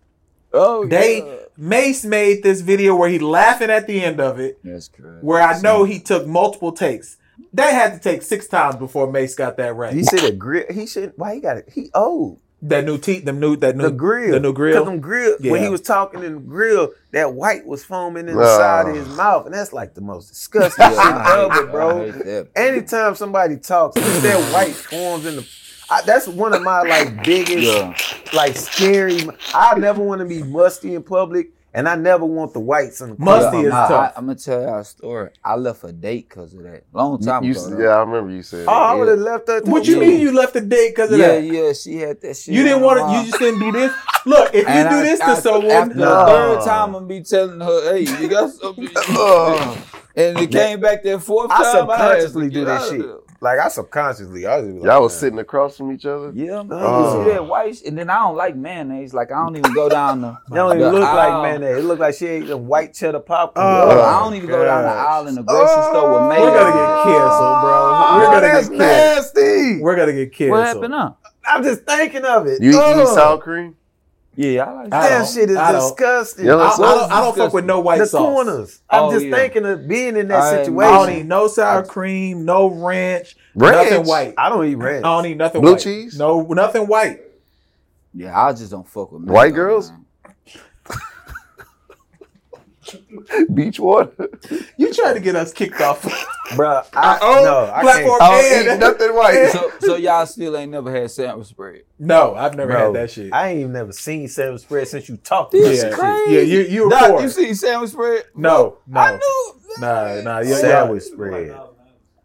Oh, yeah. They Mace made this video where he laughing at the end of it. That's correct. where I know he took multiple takes. They had to take six times before Mace got that You right. said a grill. He should. Why he got it? He old. That new teeth, them new that new the grill. the new grill. Because them grill, when Yeah. he was talking in the grill, that white was foaming in the Ah. side of his mouth. And that's like the most disgusting shit ever, I bro. hate that. Anytime somebody talks, if that white forms in the. I, that's one of my like biggest, Yeah. like scary. I never want to be musty in public, and I never want the whites in the Musty club. is tough. I, am gonna tell y'all a story. I left a date because of that. Long time you, ago. though. yeah, I remember you said. Oh, that. I would have left that. to What you him. mean you left the date because of yeah, that? yeah. She had that shit. You didn't on want her. to. You just didn't do this. Look, if you And do I- this to after- someone, after the uh, No. third time, I'm be telling her, "Hey, you got something." Ugh. and it came back that fourth I time. had to subconsciously get do out that of shit. there. Like I subconsciously, I was just like, Y'all was "Man." sitting across from each other. Yeah, man. Oh. You see that white sh- and then I don't like mayonnaise. Like I don't even go down the. It don't the even look aisle. like mayonnaise. It look like she ate them white cheddar popcorn. Ah. Oh, Bro, I don't even go down the gosh. aisle in the grocery store with we're mayonnaise. gonna get canceled, bro. Oh, We're gonna that's get canceled. nasty. We're gonna get canceled. What happened now? I'm just thinking of it. You eat Ugh. any Oh. sour cream? Yeah, I like I that. That don't. shit is I don't. disgusting. Yeah, I, I let's- don't, I don't fuck with no white the sauce. corners. I'm Oh, just yeah. thinking of being in I that ain't- I don't situation. eat no sour cream, no ranch, nothing Ranch? white. I I don't eat ranch. don't eat nothing Blue white. cheese? No, nothing white. Yeah, I just don't fuck with White mayonnaise, girls? man. Beach water. You trying to get us kicked off? Bruh, I, Oh, no, I platform can't. I don't and- eat nothing white. So, so y'all still ain't never had sandwich spread. No, I've never Bro, had that shit. I ain't even never seen sandwich spread since you talked This this is yeah, shit. crazy. yeah, you you were Doc, poor. you see sandwich spread? no, no, I knew. nah, nah. Yeah, Sandwich spread.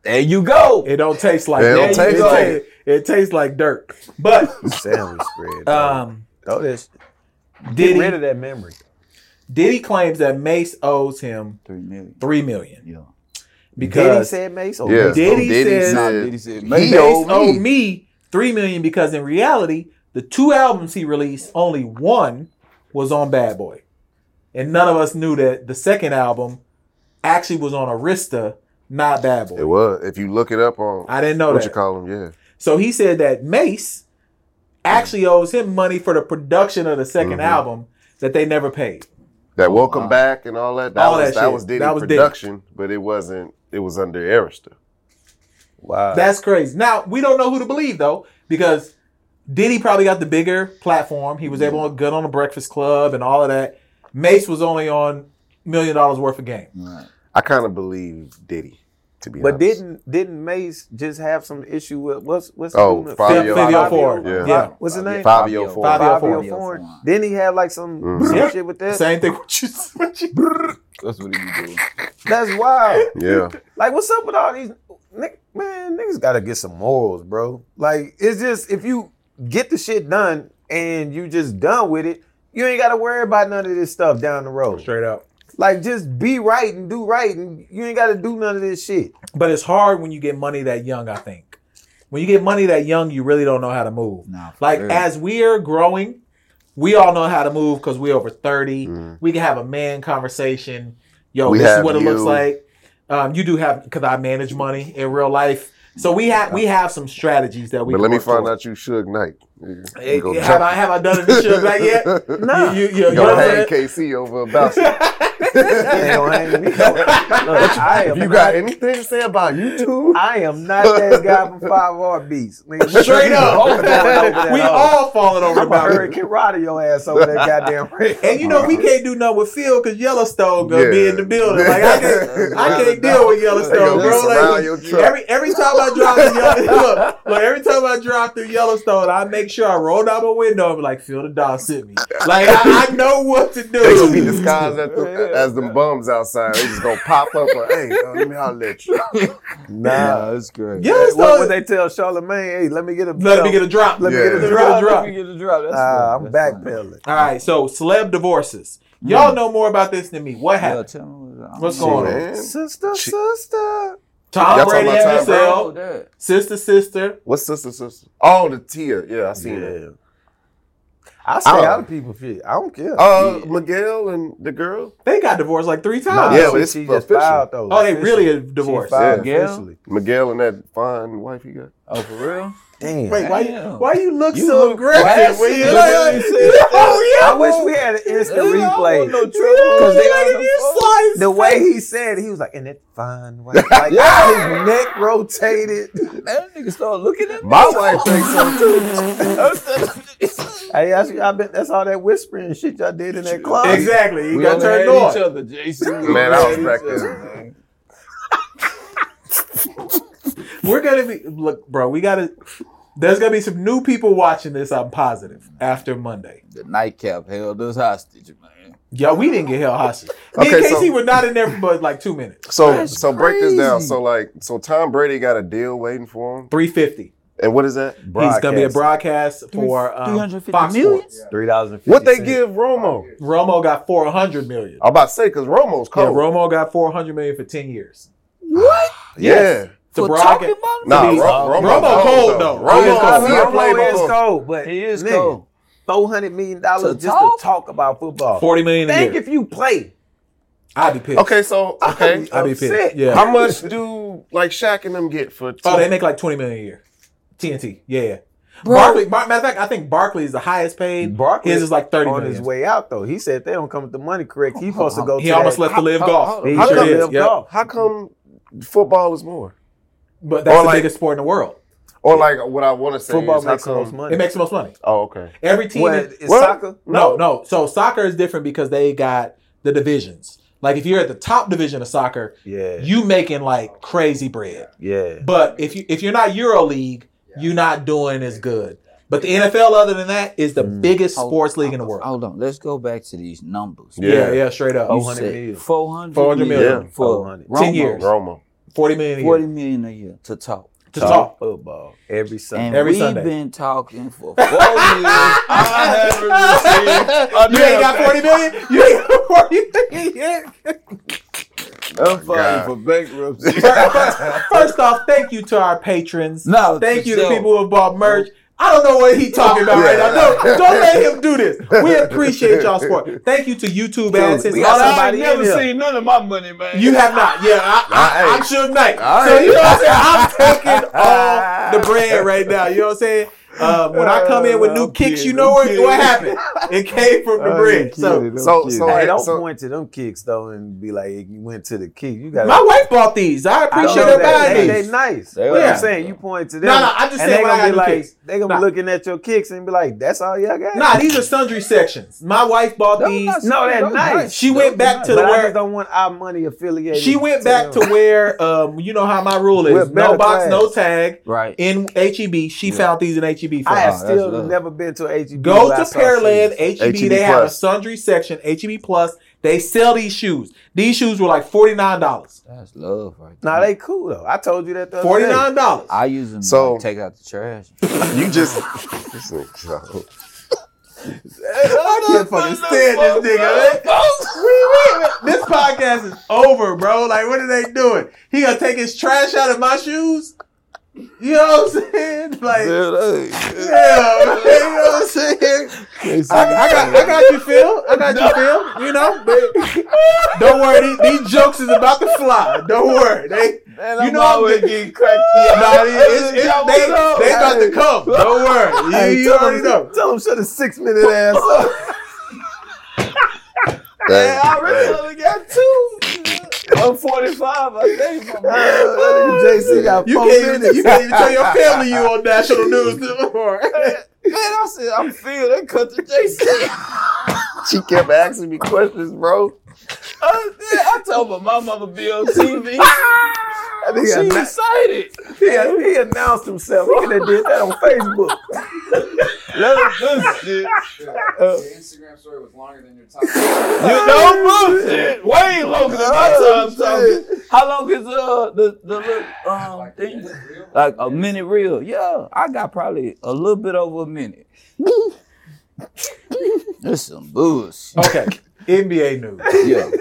There you go. yeah. It don't taste like It that. don't taste it, like ta- it tastes like dirt. But Sandwich spread. Um, um, Throw this. Get rid Diddy of that memory. Diddy claims that Mace owes him Three million. three million Yeah. Diddy because said Mace. Oh, Yeah. Diddy says- Nah, said, Diddy said, he Mace owed owed me. me. three million because in reality, the two albums he released, only one was on Bad Boy, and none of us knew that the second album actually was on Arista, not Bad It Boy. was. If you look it up on I didn't know what that. you call them, yeah. So he said that Mace actually owes him money for the production of the 2nd Mhm. album that they never paid. That welcome wow. back and all that. That Oh, All was that that, shit. was Diddy That was Diddy. production, but it wasn't. It was under Arista. Wow. That's crazy. Now we don't know who to believe though, because Diddy probably got the bigger platform. He was able to get on the Breakfast Club and all of that. Mace was only on million dollars worth of game. Right. I kind of believe Diddy, to be but honest. didn't didn't Mace just have some issue with what's what's the Oh, dude- Fabio- Fabio Ford. Yeah. Yeah. What's his name? Fabio Ford. Fabio Fabio Ford. Foreign. Then he had like some, Mhm. some Yeah. shit with that. Same thing with you. What you That's what he do. That's wild. Yeah. Like, what's up with all these? Nick, man, niggas gotta get some morals, bro. Like, it's just if you get the shit done and you just done with it, you ain't gotta worry about none of this stuff down the road. Straight up. Like, just be right and do right, and you ain't gotta do none of this shit. But it's hard when you get money that young, I think. When you get money that young, you really don't know how to move. Nah, for Like real. as we're growing, we all know how to move because we're over 30. Mhm. We can have a man conversation. Yo, We this is have what it looks you. like. Um, you do have because I manage money in real life. So we have we have some strategies that we But can let me work find toward. out you Suge Knight. You Eh, gonna have jump- I have I done it this year back yet? Nah. You, you, you, you You know gonna what hang I'm KC over a bouncer. They if don't hang me. Look, I am you not- got anything to say about YouTube, I am not that guy from Five Heartbeats. Nigga, saying? Straight Over that- over up, that we hole. all falling over the I'm a mountain. hurricane rider your ass over that goddamn ring. And you know we can't do nothing with Phil because Yellowstone gonna be Yeah. in the building. Like I can't, I can't deal with They Yellowstone, gonna be bro. surround Like your truck. every every time I drive through Yellowstone, look, look, every time I drive through Yellowstone, I make sure I roll down my window and be like, Phil the dog sent me. Like I, I know what to do. They gonna be disguised as the, as them bums outside. They just gonna pop up like, "Hey, uh, let me holler at you." Nah, that's great. Yellowstone. What would they tell Charlemagne? Hey, let me get a let me get a drop. let me Yeah. get a Let me drop. get a drop. get a drop. That's Ah, I'm good. That's fine. backpedaling. All right, so celeb divorces. Y'all know more about this than me. What Yo, happened? tell me what's, What's I'm- going on? Man. Sister, She- sister. Tom Y'all talking Brady about and Tom Bro, himself, that- sister, sister. What's sister sister? Oh, the Tia. Yeah, I seen that. I say I don't- other people shit. I don't care. Uh, Miguel and the girl. They got divorced like three Nah, times. yeah, but she- it's she just official. filed though. Oh, they really Officially. are divorced. She filed Yeah. officially. Miguel and that fine wife he got. Oh, for real? Damn. Wait, why you, Damn. why you look You so look aggressive? classy When you the like, way you said oh, yeah, I wish we had an instant replay. Because they they on like, the if you phone. saw his The face- way he said it, he was like, and that fine wife. Like, yeah. his neck rotated. That nigga started looking at me. My wife thinks so too. Hey, that's, I bet that's all that whispering and shit y'all did in that club. Exactly, you We got only turned had each on. other, Jason. We Man, only I had was each back other, there. man. We're gonna be look, bro. We gotta. There's gonna be some new people watching this. I'm positive after Monday. The nightcap held us hostage, man. Yo, we didn't get held hostage. Me Okay, and Casey so- were not in there for but like two minutes. So That's so break this down. crazy. So like so Tom Brady got a deal waiting for him. Three fifty. And what is that? He's gonna be a Broadcast. broadcast for um, 350 Fox million? Sports. Three dollars and fifty. What they give Romo? Romo got four hundred million. I'm about to say because Romo's Yeah, Oh, cold. Romo got four hundred million for ten years. What? Yes. For To talking broadcast. about it? Nah, He's- Ro- Romo, Romo cold, though. Romo Romo cold. cold. He a play Romo is before. cold, but He is nigga, cold. Four hundred million dollars To just talk? to talk about football. Forty million a Think year. if you play. I'd be pissed. Okay, so okay. I'd be pissed. upset. Yeah. How much do like Shaq and them get for? Oh, they two- make like twenty million a year. TNT. Yeah. yeah. Bro. Barkley. Bar- matter of fact, I think Barkley is the highest paid. Barkley His is like thirty on million. Oh, his way out though. He said they don't come with the money correct. He supposed to go. He to almost that- left to live how- golf. how- He how sure come is. live Yep. golf? How come football is more? But that's Or the like- biggest sport in the world. Or like what I want to say Football is how makes the most come? money. It makes the most money. Oh, okay. Every team. What, in- is What? soccer? No, no. So soccer is different because they got the divisions. Like if you're at the top division of soccer, Yeah, you making like crazy bread. yeah. But if you if you're not Euro League, you're not doing as good. But the NFL, other than that, is the Mm. biggest Hold- sports league in the hold- world. Hold on, let's go back to these numbers. Yeah. Yeah, yeah, straight up. You 400 said million. 400, 400 million million. for 400. 10 Romo. years. Romo. Forty million a year 40 million a year to talk. to talk. football every Sunday. And Every we've Sunday. been talking for four years. I haven't you ain't got forty million. You ain't got forty million yet. Oh, filing God. for bankruptcy. First off, thank you to our patrons. No, Thank for you to sure. people who have bought merch. I don't know what he talking about right now. Don't, don't let him do this. We appreciate y'all support. Thank you to YouTube ads. we Since got y'all- somebody in here. none of my money, man. You have not. Yeah, I, I, I, am Suge Knight. All So right. you know what I'm saying? I'm taking all the bread right now. You know what I'm saying? Uh, when I come in with new I'm kicks, you kidding, know I'm what, what kidding. happened. It came from Oh, the bridge. So so- so- hey, Alright, don't so- point to them kicks though and be like you went to the kick. You got my wife bought these. I appreciate know her that. buying They, these. they nice. They what are. I'm saying, you point to them. No, no, I just said and they when I gonna got be new like, kicks. they gonna Nah. be looking at your kicks and be like, "That's all y'all got." Nah, these are sundry sections. My wife bought Those these. not no, they're Those nice. She went back to but the I just where don't want our money affiliated. she went back to them. where um you know how my rule We're is no better box, class. no tag. Right. In HEB, she Yeah. found these in HEB. for I her. have Oh, that's still love. never been to a HEB. Go where I to saw Pearland shoes. HEB. E HEB They have a Plus. sundry section HEB Plus. They sell these shoes. These shoes were like forty nine dollars. That's love right there. Nah, they cool though. I told you that. The other Forty day. nine dollars. I use them So- to like, take out the trash. You just listen, so- I can't fucking stand this nigga. man. Wait, wait, wait. This podcast is over, bro. Like, what are they doing? He gonna take his trash out of my shoes? You know what I'm saying? Like, yeah, man, you know what I'm saying? I, I got, I got you, Phil. I got you, Phil. You know, but don't worry. These, these jokes is about to fly. Don't worry. They, Man, You I'm know I'm always the- getting cracked. nah, it's, it's, they, they about to come. Don't worry. You, Hey, you tell already him- know. Tell him shut his six minute ass up. that- only got two. I'm 45. I tell you, my man. JC got You four can't, even, minutes. you can't even tell your family you on national news anymore. Man, I said, I'm Phil. They cut to JC. she kept asking me questions, bro. I, Oh, I told my mom I'm be on TV. Ah! She excited. Yeah, he announced himself. Look at that did that on Facebook. Let him do shit. Your Instagram story was longer than your top. You know bullshit. Way longer than my time. talking. How long is uh the the little um Like, thing? is it real? Like a minute reel. Yeah, I got probably a little bit over a minute. That's some bullshit. Okay. NBA news. Yeah.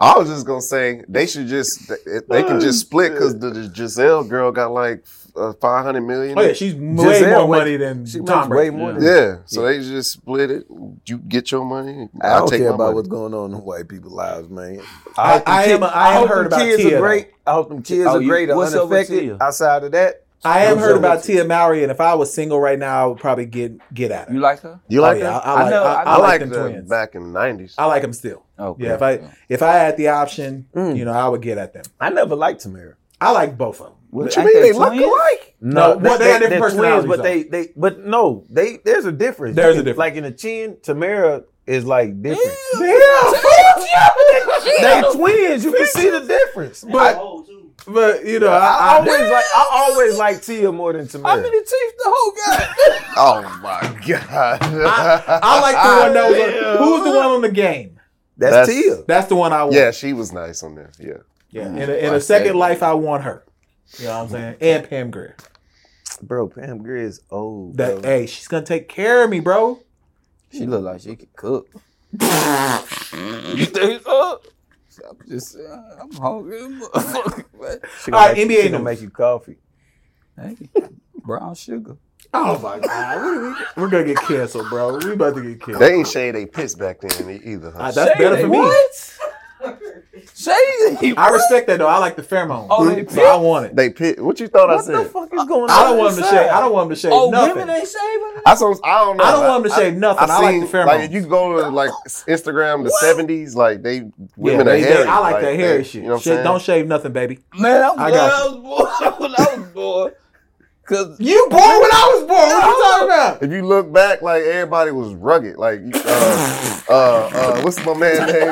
I was just gonna say they should just they, they can just split because the, the Giselle girl got like uh, five hundred million. Oh yeah, she's way Giselle more went- money than She Tom makes way Brady. more than yeah, so they just split it. You get your money. I I don't take care my about money. what's going on in white people's lives, man. I- hope them I am- I have hope heard them about kids Tia, Are great. I hope them kids Oh, are you- great or what's up with unaffected. Tia? Outside of that, I have I'm heard sure. about Tia Mowry, and if I was single right now, I would probably get get at her. You like her? You Oh, like yeah, that? I, I I like, know- I, I I I, like, like them that twins. back in the nineties. I like them still. Okay. Yeah, if I if I had the option, Mm. you know, I would get at them. I never liked Tamara. I like both of them. What you mean they look alike? No, well, they got different they're personalities, but they they but no, they there's a difference. There's a You can- difference. Like in the chin, Tamara is like different. They That's twins. You can see the difference. But but you know, I, I, I, always like I always like Tia more than Tamara. teeth the whole guy. Oh my god! I, I like the one that was on, who was the one on the game. that's, That's- Tia. That's the one I want. yeah, she was nice on there. Yeah, yeah. Mm. In, a, in a Like second that. life, I want her. You know what I'm saying? And Pam Grier. Bro, Pam Grier is old. That bro. hey, she's gonna take care of me, bro. She look like she could cook. I'm just, uh, I'm hungry. as motherfucker, man. She gonna All right, NBA make you- she gonna news. make you coffee. Hey, brown sugar. Oh my god, What are we- we're gonna get canceled, bro. We about to get canceled. they ain't shade they piss back then e- either. Huh? Uh, that's better for me. What? Uh, Shady. I respect that though. I like the pheromone, Oh, they so I want it. they piss. What you thought I What said? the fuck is going on? I don't want them to shave. I don't want them to shave Oh, nothing. women ain't saving I, so, I don't know. I don't want them to shave nothing. I, like the pheromones. Like if you go to like Instagram, the seventies, like they women they- they- are hairy. I like, that hairy they- shit. You know what I'm shit saying? don't shave nothing, baby. Man, I'm I glad got I was born when I was born. Cause You born when I was born. What you talking about? if you look back, like everybody was rugged. Like you- uh, uh, uh, what's my man name?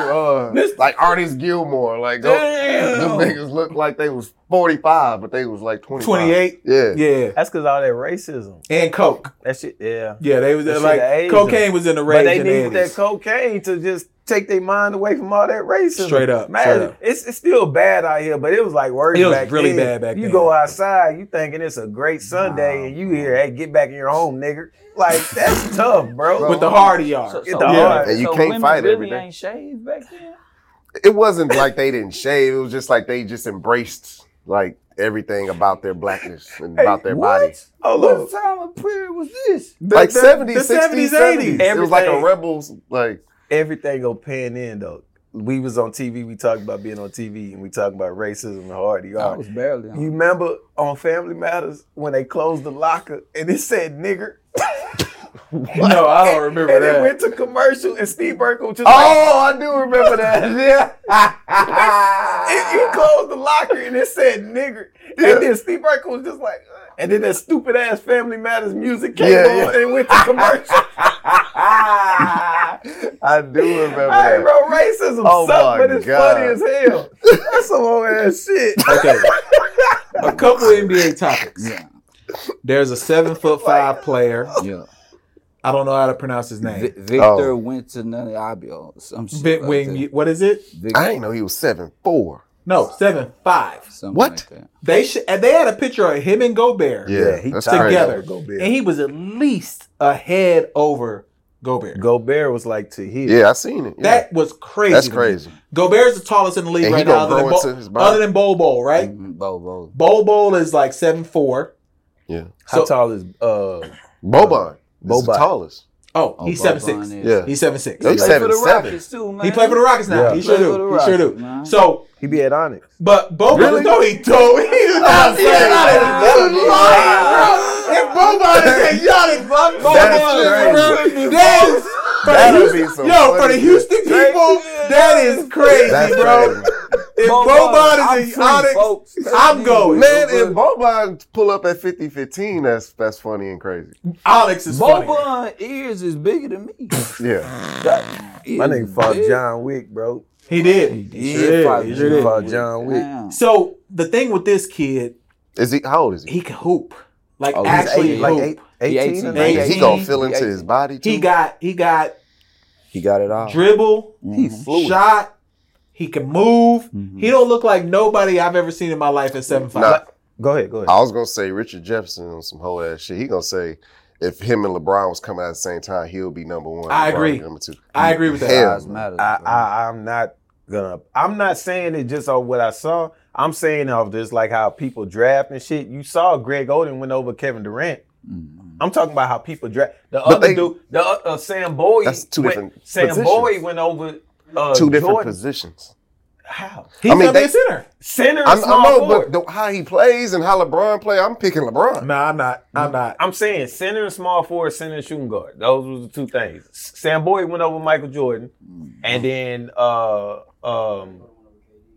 Uh, like Artist Gilmore. Like those, them damn. niggas looked like they was forty five, but they was like twenty. 28. Yeah. Yeah, That's because all that racism. and coke. That shit, yeah. Yeah, they was That shit like aged cocaine was in the rage But they in the needed that 80s. cocaine to just take their mind away from all that racism. Straight up, man. straight up. It's, it's still bad out here, but it was like worse. It was back really then. bad back you then. go outside, you thinking it's a great Sunday, and you hear, "Hey, get back in your home, nigger." Like that's tough, bro. With the hardy yard. So, Get so, the Yeah. yeah. hard. And you so can't women fight really every day. Ain't shaved back then. It wasn't like they didn't shave. It was just like they just embraced like everything about their blackness and about their what? bodies. Hold What up. time of period was this? The- like the- 70s, the 60s, 70s. 70s. It was like a Everything. rebels, like Everything go pan in though. We was on TV. We talked about being on TV, and we talked about racism and hardy. I yard. was barely on. You remember on Family Matters when they closed the locker and it said nigger? No, I don't remember And it that. went to commercial, and Steve Burkle just Oh, I do remember that. like, he he closed the locker and it said nigger. And then Steve Burkle was just like, uh, and then that stupid ass Family Matters music came Yeah, on yeah. and went to commercial. I do remember hey, that. bro, racism Oh sucks, my but it's God. funny as hell. That's some old ass shit. Okay. A couple NBA topics. Yeah, There's a seven foot five player. yeah. I don't know how to pronounce his Vi- name. Victor Oh. went to Nunabio. Some shit. Bit like wing. that. you- What is it? Vic- I didn't know he was seven four. No, seven five. something What? like that. They should. and They had a picture of him and Gobert. Yeah, that's tied crazy. together. and he was at least a head over Gobert. Gobert was like to his. Yeah, I seen it. Yeah. That was crazy. that's to me. crazy. Gobert's the tallest in the league And he right now, gonna other grow than, into Bo- his Mm-hmm. other body. than Bol Bol, right? Mhm, Bo Bo. Bol Bol is like seven four. Yeah, How So- tall is uh? Boban. Boban, the Boban. tallest. Oh, Oh, he's seven Boban six. is- Yeah, He's seven six. He He He's played for the 7'7". Rockets too, man. He played for the Rockets now. Yeah. He He sure played do. for the he sure Rockets, do. man. So, He be at Onyx. but Boban, Really? no, he don't. He's Oh, not Yeah, saying that that. is- That's that's lying, bro. If Boban That is is at Giannis, crazy. Boban is that is That'll for the be Houston, some yo for funny the Houston people. shit. That is crazy, That's bro. crazy. If Boban, Boban I'm is in free, Giannis, folks. That's I'm me. going. Man, if Boban pull up at 50-15, that's that's funny and crazy. Alex is funny. Boban ears is bigger than me. Yeah, My nigga fought John Wick, bro. He did. He He did. fought He He sure did. fought John Wick. Damn. So the thing with this kid, is he? How old is he? he can hoop. Like Oh, he's actually eight- hoop. like eight- He 18? eighteen. Man, Eighteen. he gonna fill into his body too. he got he got He got it all. dribble, Mhm. fluid. shot, he can move. Mhm. He don't look like nobody I've ever seen in my life at seven five. Nah, Go ahead, go ahead. I was gonna say Richard Jefferson on some whole ass shit. He gonna say if him and LeBron was coming out at the same time, he'll be number one. I LeBron agree. would be Number two. I agree with that. Hell. Size matters, I, bro. I I'm not gonna. I'm not saying it just off what I saw. I'm saying off this like how people draft and shit. You saw Greg Oden went over Kevin Durant. Mhm. I'm talking about how people draft. The Mm-hmm. But other they- dude, the o- uh, Sam Boyd. That's two went- different Sam positions. Boyd went over uh, Two different Jordan. positions. How He's I mean, gonna be they- a center. center? and I'm, I small know, forward. but the, how he plays and how LeBron play, I'm picking LeBron. No, I'm not. I'm not. I'm saying center and small forward, center and shooting guard. Those was the two things. Sam Boyd went over Michael Jordan, and then uh um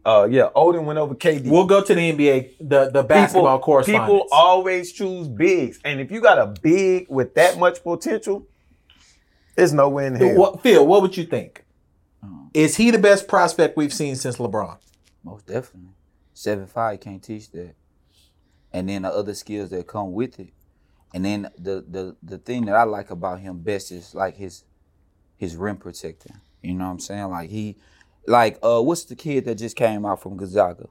uh yeah, Odin went over Mm-hmm. KD. We'll go to the NBA, the the basketball correspondence. People always choose bigs, and if you got a big with that much potential, there's no way in hell. what, Phil, what would you think? Oh. Is he the best prospect we've seen since LeBron? Most definitely. Seven five can't teach that. And then the other skills that come with it. And then the the the thing that I like about him best is like his his rim protecting. You know what I'm saying? Like he like uh what's the kid that just came out from Gonzaga?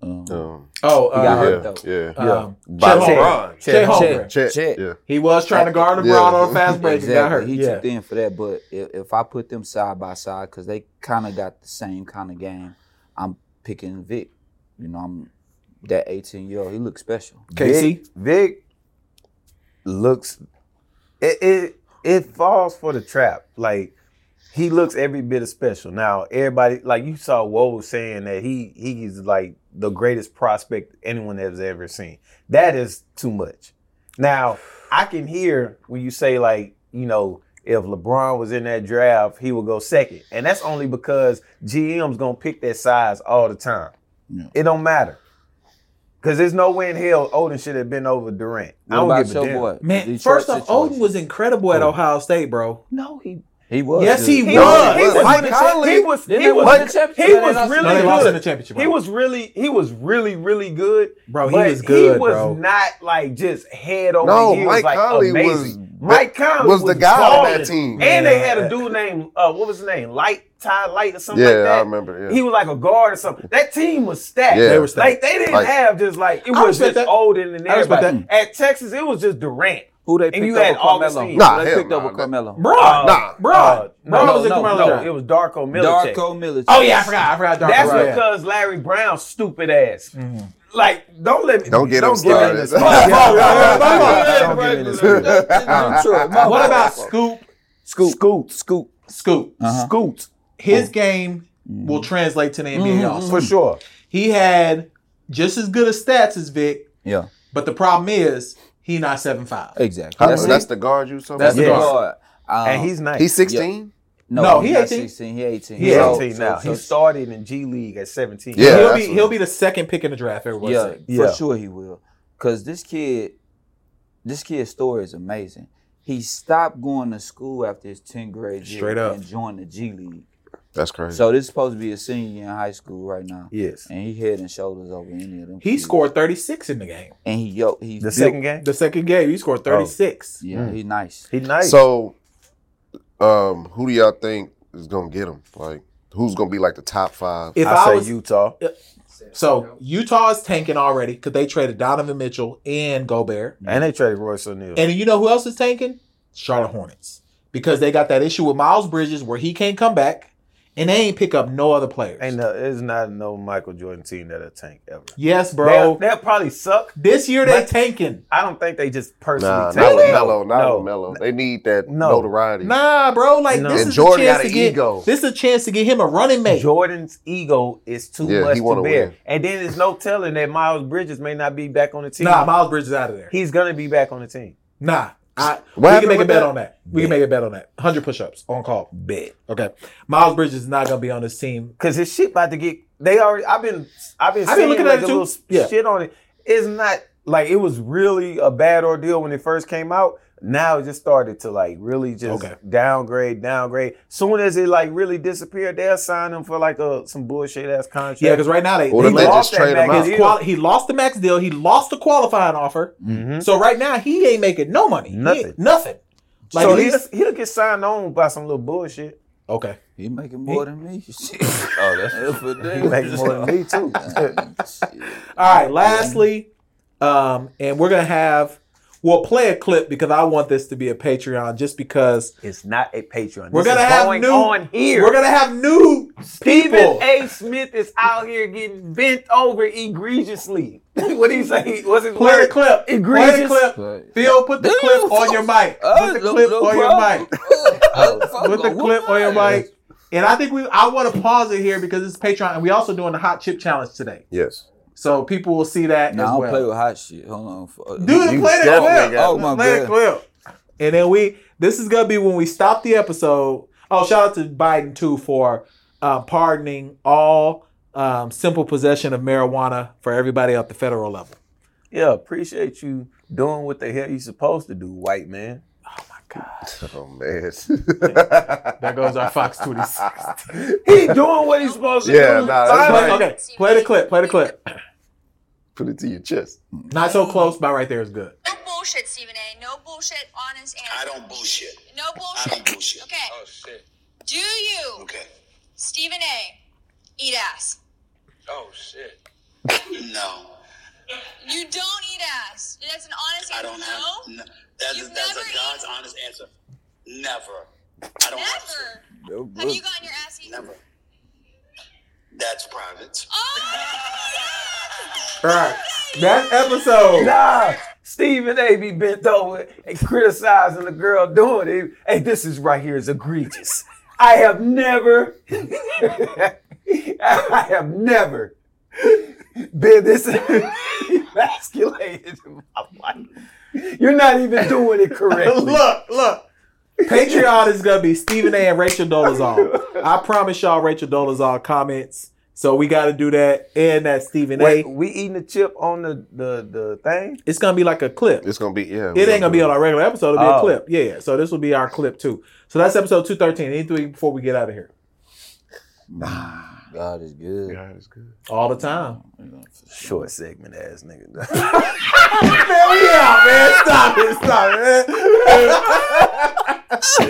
Um, Um, Oh, got uh, hurt. yeah, though. yeah. um, By Chet Holmgren. LeBron. Chet Chet. Holmgren. Chet, Chet. Yeah. He was trying to guard LeBron Yeah. on a fast break and got Exactly. hurt. He yeah. too thin for that. But if, if I put them side by side, because they kind of got the same kind of game, I'm picking Vic. You know, I'm that 18 year old. He looks special. KC? Vic, Vic looks it, it it falls for the trap. Like he looks every bit of special. Now everybody like you saw Woe saying that he he's like the greatest prospect anyone has ever seen. That is too much. Now I can hear when you say like you know if LeBron was in that draft he would go second, and that's only because GM's gonna pick that size all the time. Yeah. It don't matter. Cause there's no way in hell Odin should have been over Durant. What I don't about give a your damn. boy? Man, Detroit first off, situation. Odin was incredible at Oh. Ohio State, bro. No, he He was. Yes, good. he He No, was. it He wasn't. was. Mike Conley- He was. Then He they won the was. championship. He Then they was lost- No, really they lost in the good. championship. He bro. was really. He was really, really good. bro. He but was good, He was bro. not like just head over No, heels. Mike like Conley amazing. was- Mike Conley was the guy on that balling. team. and they had Yeah. a dude named uh, what was his name? Light Ty Light or something Yeah, like that. I remember. Yeah. He was like a guard or something. That team was stacked. Yeah. They were stacked. Like they didn't Like- have just like it I was respect just that. Odin and I respect everybody. At Texas, it was just Durant. Who they And you picked had up? Carmelo. Augustine. Who Nah, they hell picked nah, up that- with Carmelo. bro. Uh, Nah. bro, Uh, bro. no, was in no, Carmelo no, Drive. It was Darko Milicic. Darko Milicic. Oh yeah, I forgot. I forgot. Dark That's Horse, yeah. because Larry Brown's stupid ass. Mm-hmm. Like, don't let me. Don't get him give me started. this- Fuck, Yeah. fuck, fuck, Don't fuck, get fuck, him fuck, this- fuck, fuck. Detroit. My What bad. about Scoop? Scoot? Scoot. Scoot. Scoop. Uh-huh. Scoot His game will translate to the NBA also. for sure. He had just as good as stats as Vic, Yeah. but the problem is He not seven five. Exactly. How- that's, that's, that's, the guard you saw. that's the Yes. guard. Um, and he's nice. He's sixteen. no, No, he's he not 18. 16. He 18. He's Yeah. 18 So- now. so- he started in G League at 17. Yeah, he'll be absolutely. he'll be the second pick in the draft. Everyone yeah, said. Yeah. for sure he will. Cause this kid, this kid's story is amazing. He stopped going to school after his 10th grade year Straight up. and joined the G League. That's crazy. So this is supposed to be a senior year in high school right now, Yes. and he head and shoulders over any of them. He kids. scored thirty six in the game. and he yo he The second game, The second game, he scored thirty six. yeah Mm. he nice. he nice. So, um, who do y'all think is gonna get him? Like, who's gonna be like the top five? If I, Mm-hmm. I, say was Utah. so Utah is tanking already because they traded Donovan Mitchell and Gobert, And they traded Royce O'Neal. and you know who else is tanking? Charlotte Hornets because they got that issue with Miles Bridges where he can't come back, and they ain't pick up no other players. Ain't no, there's not no Michael Jordan team that'll tank ever. Yes, They'll, bro. they'll probably suck. this year they But- tanking. I don't think they just personally Nah, tank. not with Melo, not No. with Melo. They need that No. notoriety. Nah, bro. Like No. this And is Jordan a chance got to an get ego. this is a chance to get him a running mate. Jordan's ego is too Yeah, much he to wanna bear. win. And then there's no telling that Miles Bridges may not be back on the team. Nah, Miles Bridges out of there. He's gonna be back on the team. Nah. I, we What can happened make a with bet that? on that. We can make a bet on that. 100 push ups on call. Bet. Okay. Miles Bridges is not going to be on this team. Cause his shit about to get they already I've been I've been I've been seeing looking at like it a too. little s- Yeah. shit on it. It's not like it was really a bad ordeal when it first came out. Now it just started to like really just Okay. downgrade, downgrade. Soon as it like really disappeared, they'll sign him for like a some bullshit ass contract. Yeah, because right now they, Or they they lost, just trade him Mac out. his quali- he lost the max deal. He lost the qualifying offer. Mhm. So right now he ain't making no money. He ain't- Nothing. nothing. Like so at least- he'll, he'll get signed on by some little bullshit. okay. He making more than me. oh, that's for damn. He makes more than me too. All right. Lastly, um, and we're gonna have we'll play a clip because I want this to be a Patreon just because it's not a Patreon. We're This gonna is have going new- on here. we're gonna have new Stephen people. A. Smith is out here getting bent over egregiously. what do you say? Was it Play the clip. Play the Egregious. clip. Phil, put the Damn, clip on your mic. Put the clip on your mic. Put Put the clip on your mic. And I think we I want to pause it here because it's Patreon and we also doing the hot chip challenge today. Yes. So people will see that Now I as don't well. play with hot shit. Hold on. uh, Fuck. Dude, You play the definitely clip. got Oh, my play the bad. clip. And then we this is gonna be when we stop the episode. Oh, shout out to Biden too for uh, pardoning all um, simple possession of marijuana for everybody at the federal level. Yeah, appreciate you doing what the hell you supposed to do, white man. Oh man. There goes our Fox 26. He doing what he's supposed to Yeah, do. nah, that's Finally. Play- okay, play the clip. Play the clip. Put it to your chest. Not so close, but right there is good. No bullshit, Stephen A. No bullshit, honest answer. I don't bullshit. No I bullshit. don't bullshit. Okay. Oh shit. Do you, Okay. Stephen A. Eat ass? Oh shit. No, You don't eat ass. That's an honest I answer. don't have. no. No, that's You've a, that's never a God's eaten- honest answer. Never. I don't have Never. No Have bullshit. you gotten your ass to. eaten? Never. That's private. Oh. All right, that episode. Nah, Stephen A. be bent over and criticizing the girl doing it. Hey, this is right here is egregious. I have never, I have never been this emasculated in my life. You're not even doing it correctly. Look, look. Patreon is gonna be Stephen A. and Rachel Dolezal. I promise y'all, Rachel Dolezal comments. So we got to do that and that Stephen Wait, A. we eating the chip on the the, the thing? It's gonna be like a clip. It's gonna be yeah. It ain't gonna be on our regular episode. It'll be a Oh. clip. Yeah, yeah. So this will be our clip too. So that's episode two thirteen. Anything before we get out of here? God is good. God is good. All the time. Short segment ass nigga. Man, we out, man. Stop it, stop it. Man.